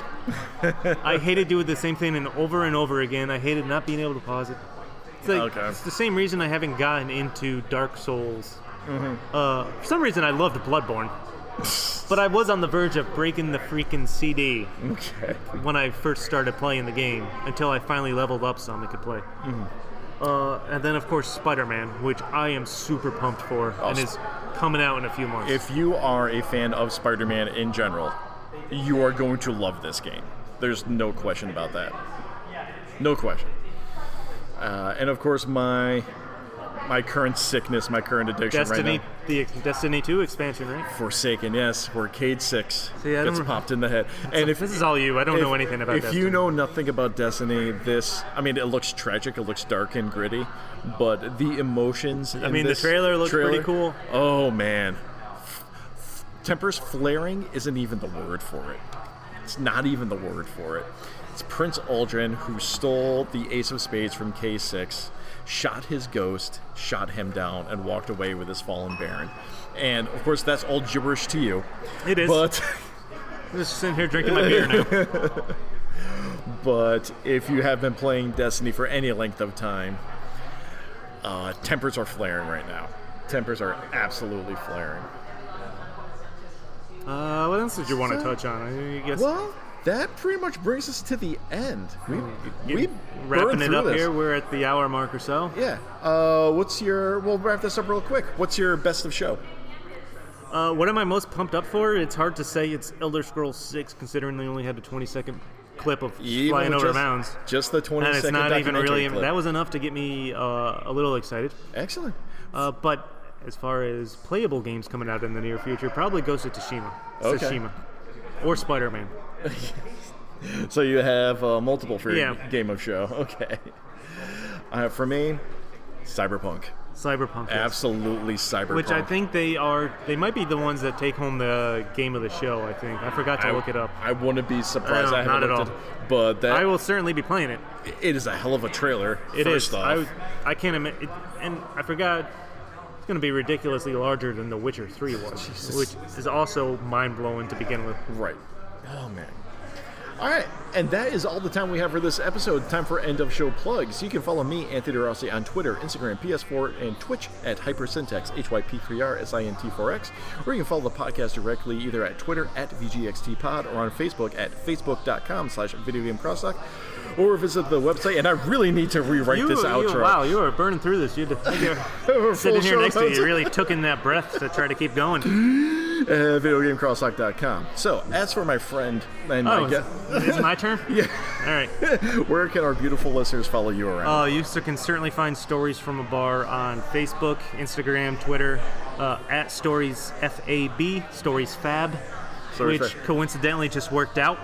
S3: I hated doing the same thing and over and over again. I hated not being able to pause it. It's, like,
S2: Okay.
S3: it's the same reason I haven't gotten into Dark Souls. Uh, for some reason, I loved Bloodborne, but I was on the verge of breaking the freaking CD
S2: okay.
S3: when I first started playing the game until I finally leveled up some and could play. Uh, and then, of course, Spider Man, which I am super pumped for and
S2: Awesome.
S3: is coming out in a few months.
S2: If you are a fan of Spider-Man in general, you are going to love this game. There's no question about that. No question. Uh, and of course, my my current sickness, my current addiction
S3: Destiny,
S2: right now,
S3: the ex- Destiny 2 expansion, right?
S2: Forsaken. Yes, we're Cade Six.
S3: See, I
S2: It's
S3: don't-
S2: popped in the head. And if
S3: This is all you. I don't know anything about
S2: If
S3: Destiny.
S2: you know nothing about Destiny, this I mean, it looks tragic, it looks dark and gritty, but the emotions.
S3: I mean, the trailer looked pretty cool.
S2: Oh man, F- f- tempers flaring isn't even the word for it. It's not even the word for it. It's Prince Aldrin who stole the Ace of Spades from K6, shot his ghost, shot him down, and walked away with his fallen Baron. And of course, that's all gibberish to you.
S3: It is.
S2: But.
S3: I'm just sitting here drinking my beer now.
S2: but if you have been playing Destiny for any length of time, uh, tempers are flaring right now. Tempers are absolutely flaring.
S3: Uh, what else did you want to touch on? I guess
S2: Well, that pretty much brings us to the end. We, we
S3: wrapping
S2: burned
S3: it
S2: through
S3: up
S2: this.
S3: here. We're at the hour mark or so.
S2: Yeah. Uh, what's your? We'll wrap this up real quick. What's your best of show?
S3: Uh, what am I most pumped up for? It's hard to say. It's Elder Scrolls 6, considering they only had a 20 second clip of
S2: Even
S3: flying
S2: with
S3: over
S2: just,
S3: mounds.
S2: Just the twenty
S3: And it's
S2: second
S3: not even
S2: documentary
S3: really.
S2: clip.
S3: That was enough to get me uh, a little excited.
S2: excellent.
S3: Uh, but as far as playable games coming out in the near future, probably Ghost of Tsushima,
S2: Okay.
S3: Tsushima, or Spider Man.
S2: So you have uh, multiple for your
S3: Yeah.
S2: game of show. Okay. Uh, for me, Cyberpunk.
S3: Cyberpunk. yes.
S2: Absolutely cyberpunk.
S3: Which I think they are. They might be the ones that take home the game of the show. I think I forgot to
S2: I,
S3: look it up.
S2: I wouldn't be surprised.
S3: No,
S2: I haven't
S3: not at
S2: looked It, up, but that
S3: I will certainly be playing it.
S2: it is a hell of a trailer.
S3: It is.
S2: first off,
S3: I, I can't admit. It, and I forgot. It's going to be ridiculously larger than The Witcher 3 was, which is also mind blowing to begin with.
S2: right? Oh man. All right, and that is all the time we have for this episode. Time for end of show plugs. You can follow me, Anthony Rossi, on Twitter, Instagram, PS4, and Twitch at Hypersyntax, H Y P 3 R S I N T 4 X, or you can follow the podcast directly either at Twitter at VGXTPod or on Facebook at facebook.com slash video game crosstalk, or visit the website. And I really need to rewrite
S3: You,
S2: this
S3: you-
S2: outro.
S3: wow, you were burning through this. You had to,
S2: Full
S3: sitting here
S2: show
S3: next to you,
S2: notes.
S3: you really took in that breath to try to keep going.
S2: uh, videogamecrosstalk.com. So, as for my friend and
S3: Oh,
S2: my
S3: is,
S2: guest,
S3: is it my turn? yeah. All right.
S2: where can our beautiful listeners follow you around?
S3: Uh, you so can certainly find stories from a bar on Facebook, Instagram, Twitter, uh, at stories fab, stories fab,
S2: Stories
S3: which
S2: Fab.
S3: coincidentally just worked out.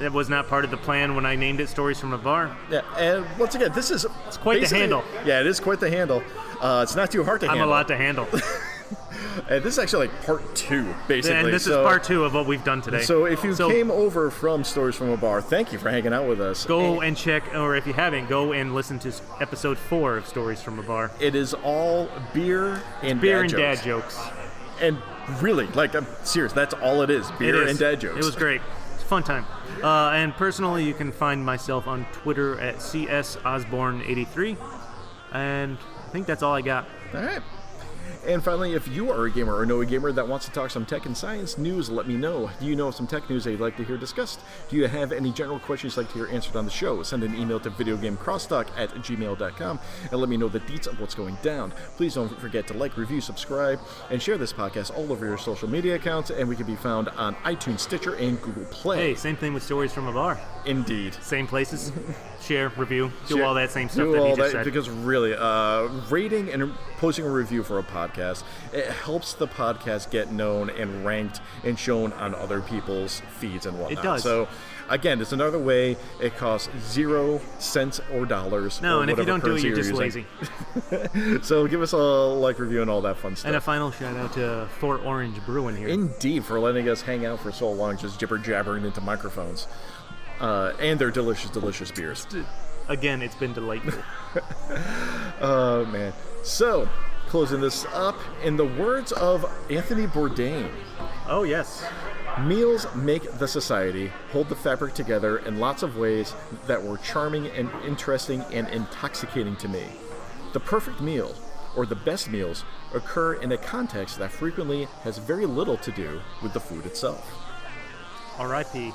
S3: That was not part of the plan when I named it Stories from a Bar.
S2: yeah, and once again, this is it's
S3: quite the handle.
S2: Yeah, it is quite the handle. Uh, it's not too hard to
S3: I'm
S2: handle.
S3: a lot to handle,
S2: And this is actually like part two, basically.
S3: and this
S2: So-
S3: is part two of what we've done today.
S2: So if you came over from Stories from a Bar, thank you for hanging out with us.
S3: go and check, or if you haven't, go and listen to s- episode four of Stories from a Bar.
S2: It is all beer and dad
S3: Beer and
S2: jokes.
S3: dad jokes.
S2: And really, like I'm serious. That's all it is. Beer
S3: It is.
S2: and dad jokes.
S3: It was great. It's a fun time. Uh, and personally, you can find myself on Twitter at csosborne83. And I think that's all I got.
S2: All right. And finally, if you are a gamer or know a gamer that wants to talk some tech and science news, let me know. Do you know of some tech news that you'd like to hear discussed? Do you have any general questions you'd like to hear answered on the show? Send an email to videogamecrosstalk at gmail.com and let me know the deets of what's going down. Please don't forget to like, review, subscribe, and share this podcast all over your social media accounts. And we can be found on iTunes, Stitcher, and Google Play.
S3: Hey, same thing with stories from a bar.
S2: Indeed.
S3: Same places. Share, review, do all that same stuff
S2: Do
S3: that he
S2: all
S3: just
S2: that,
S3: said.
S2: Because really, uh, rating and posting a review for a podcast it helps the podcast get known and ranked and shown on other people's feeds and whatnot.
S3: does.
S2: So, again, it's another way. It costs zero cents or dollars.
S3: no,
S2: or
S3: and if you
S2: whatever
S3: don't do it,
S2: currency
S3: you're just
S2: using.
S3: lazy.
S2: So give us a like review and all that fun stuff.
S3: And a final shout out to Fort Orange Brewing here.
S2: Indeed, for letting us hang out for so long, just jibber jabbering into microphones. Uh, and their delicious, delicious beers.
S3: Again, it's been delightful.
S2: Oh man. So, closing this up in the words of Anthony Bourdain,
S3: oh, yes.
S2: meals make the society, hold the fabric together in lots of ways that were charming and interesting and intoxicating to me. The perfect meal or the best meals occur in a context that frequently has very little to do with the food itself.
S3: R.I.P.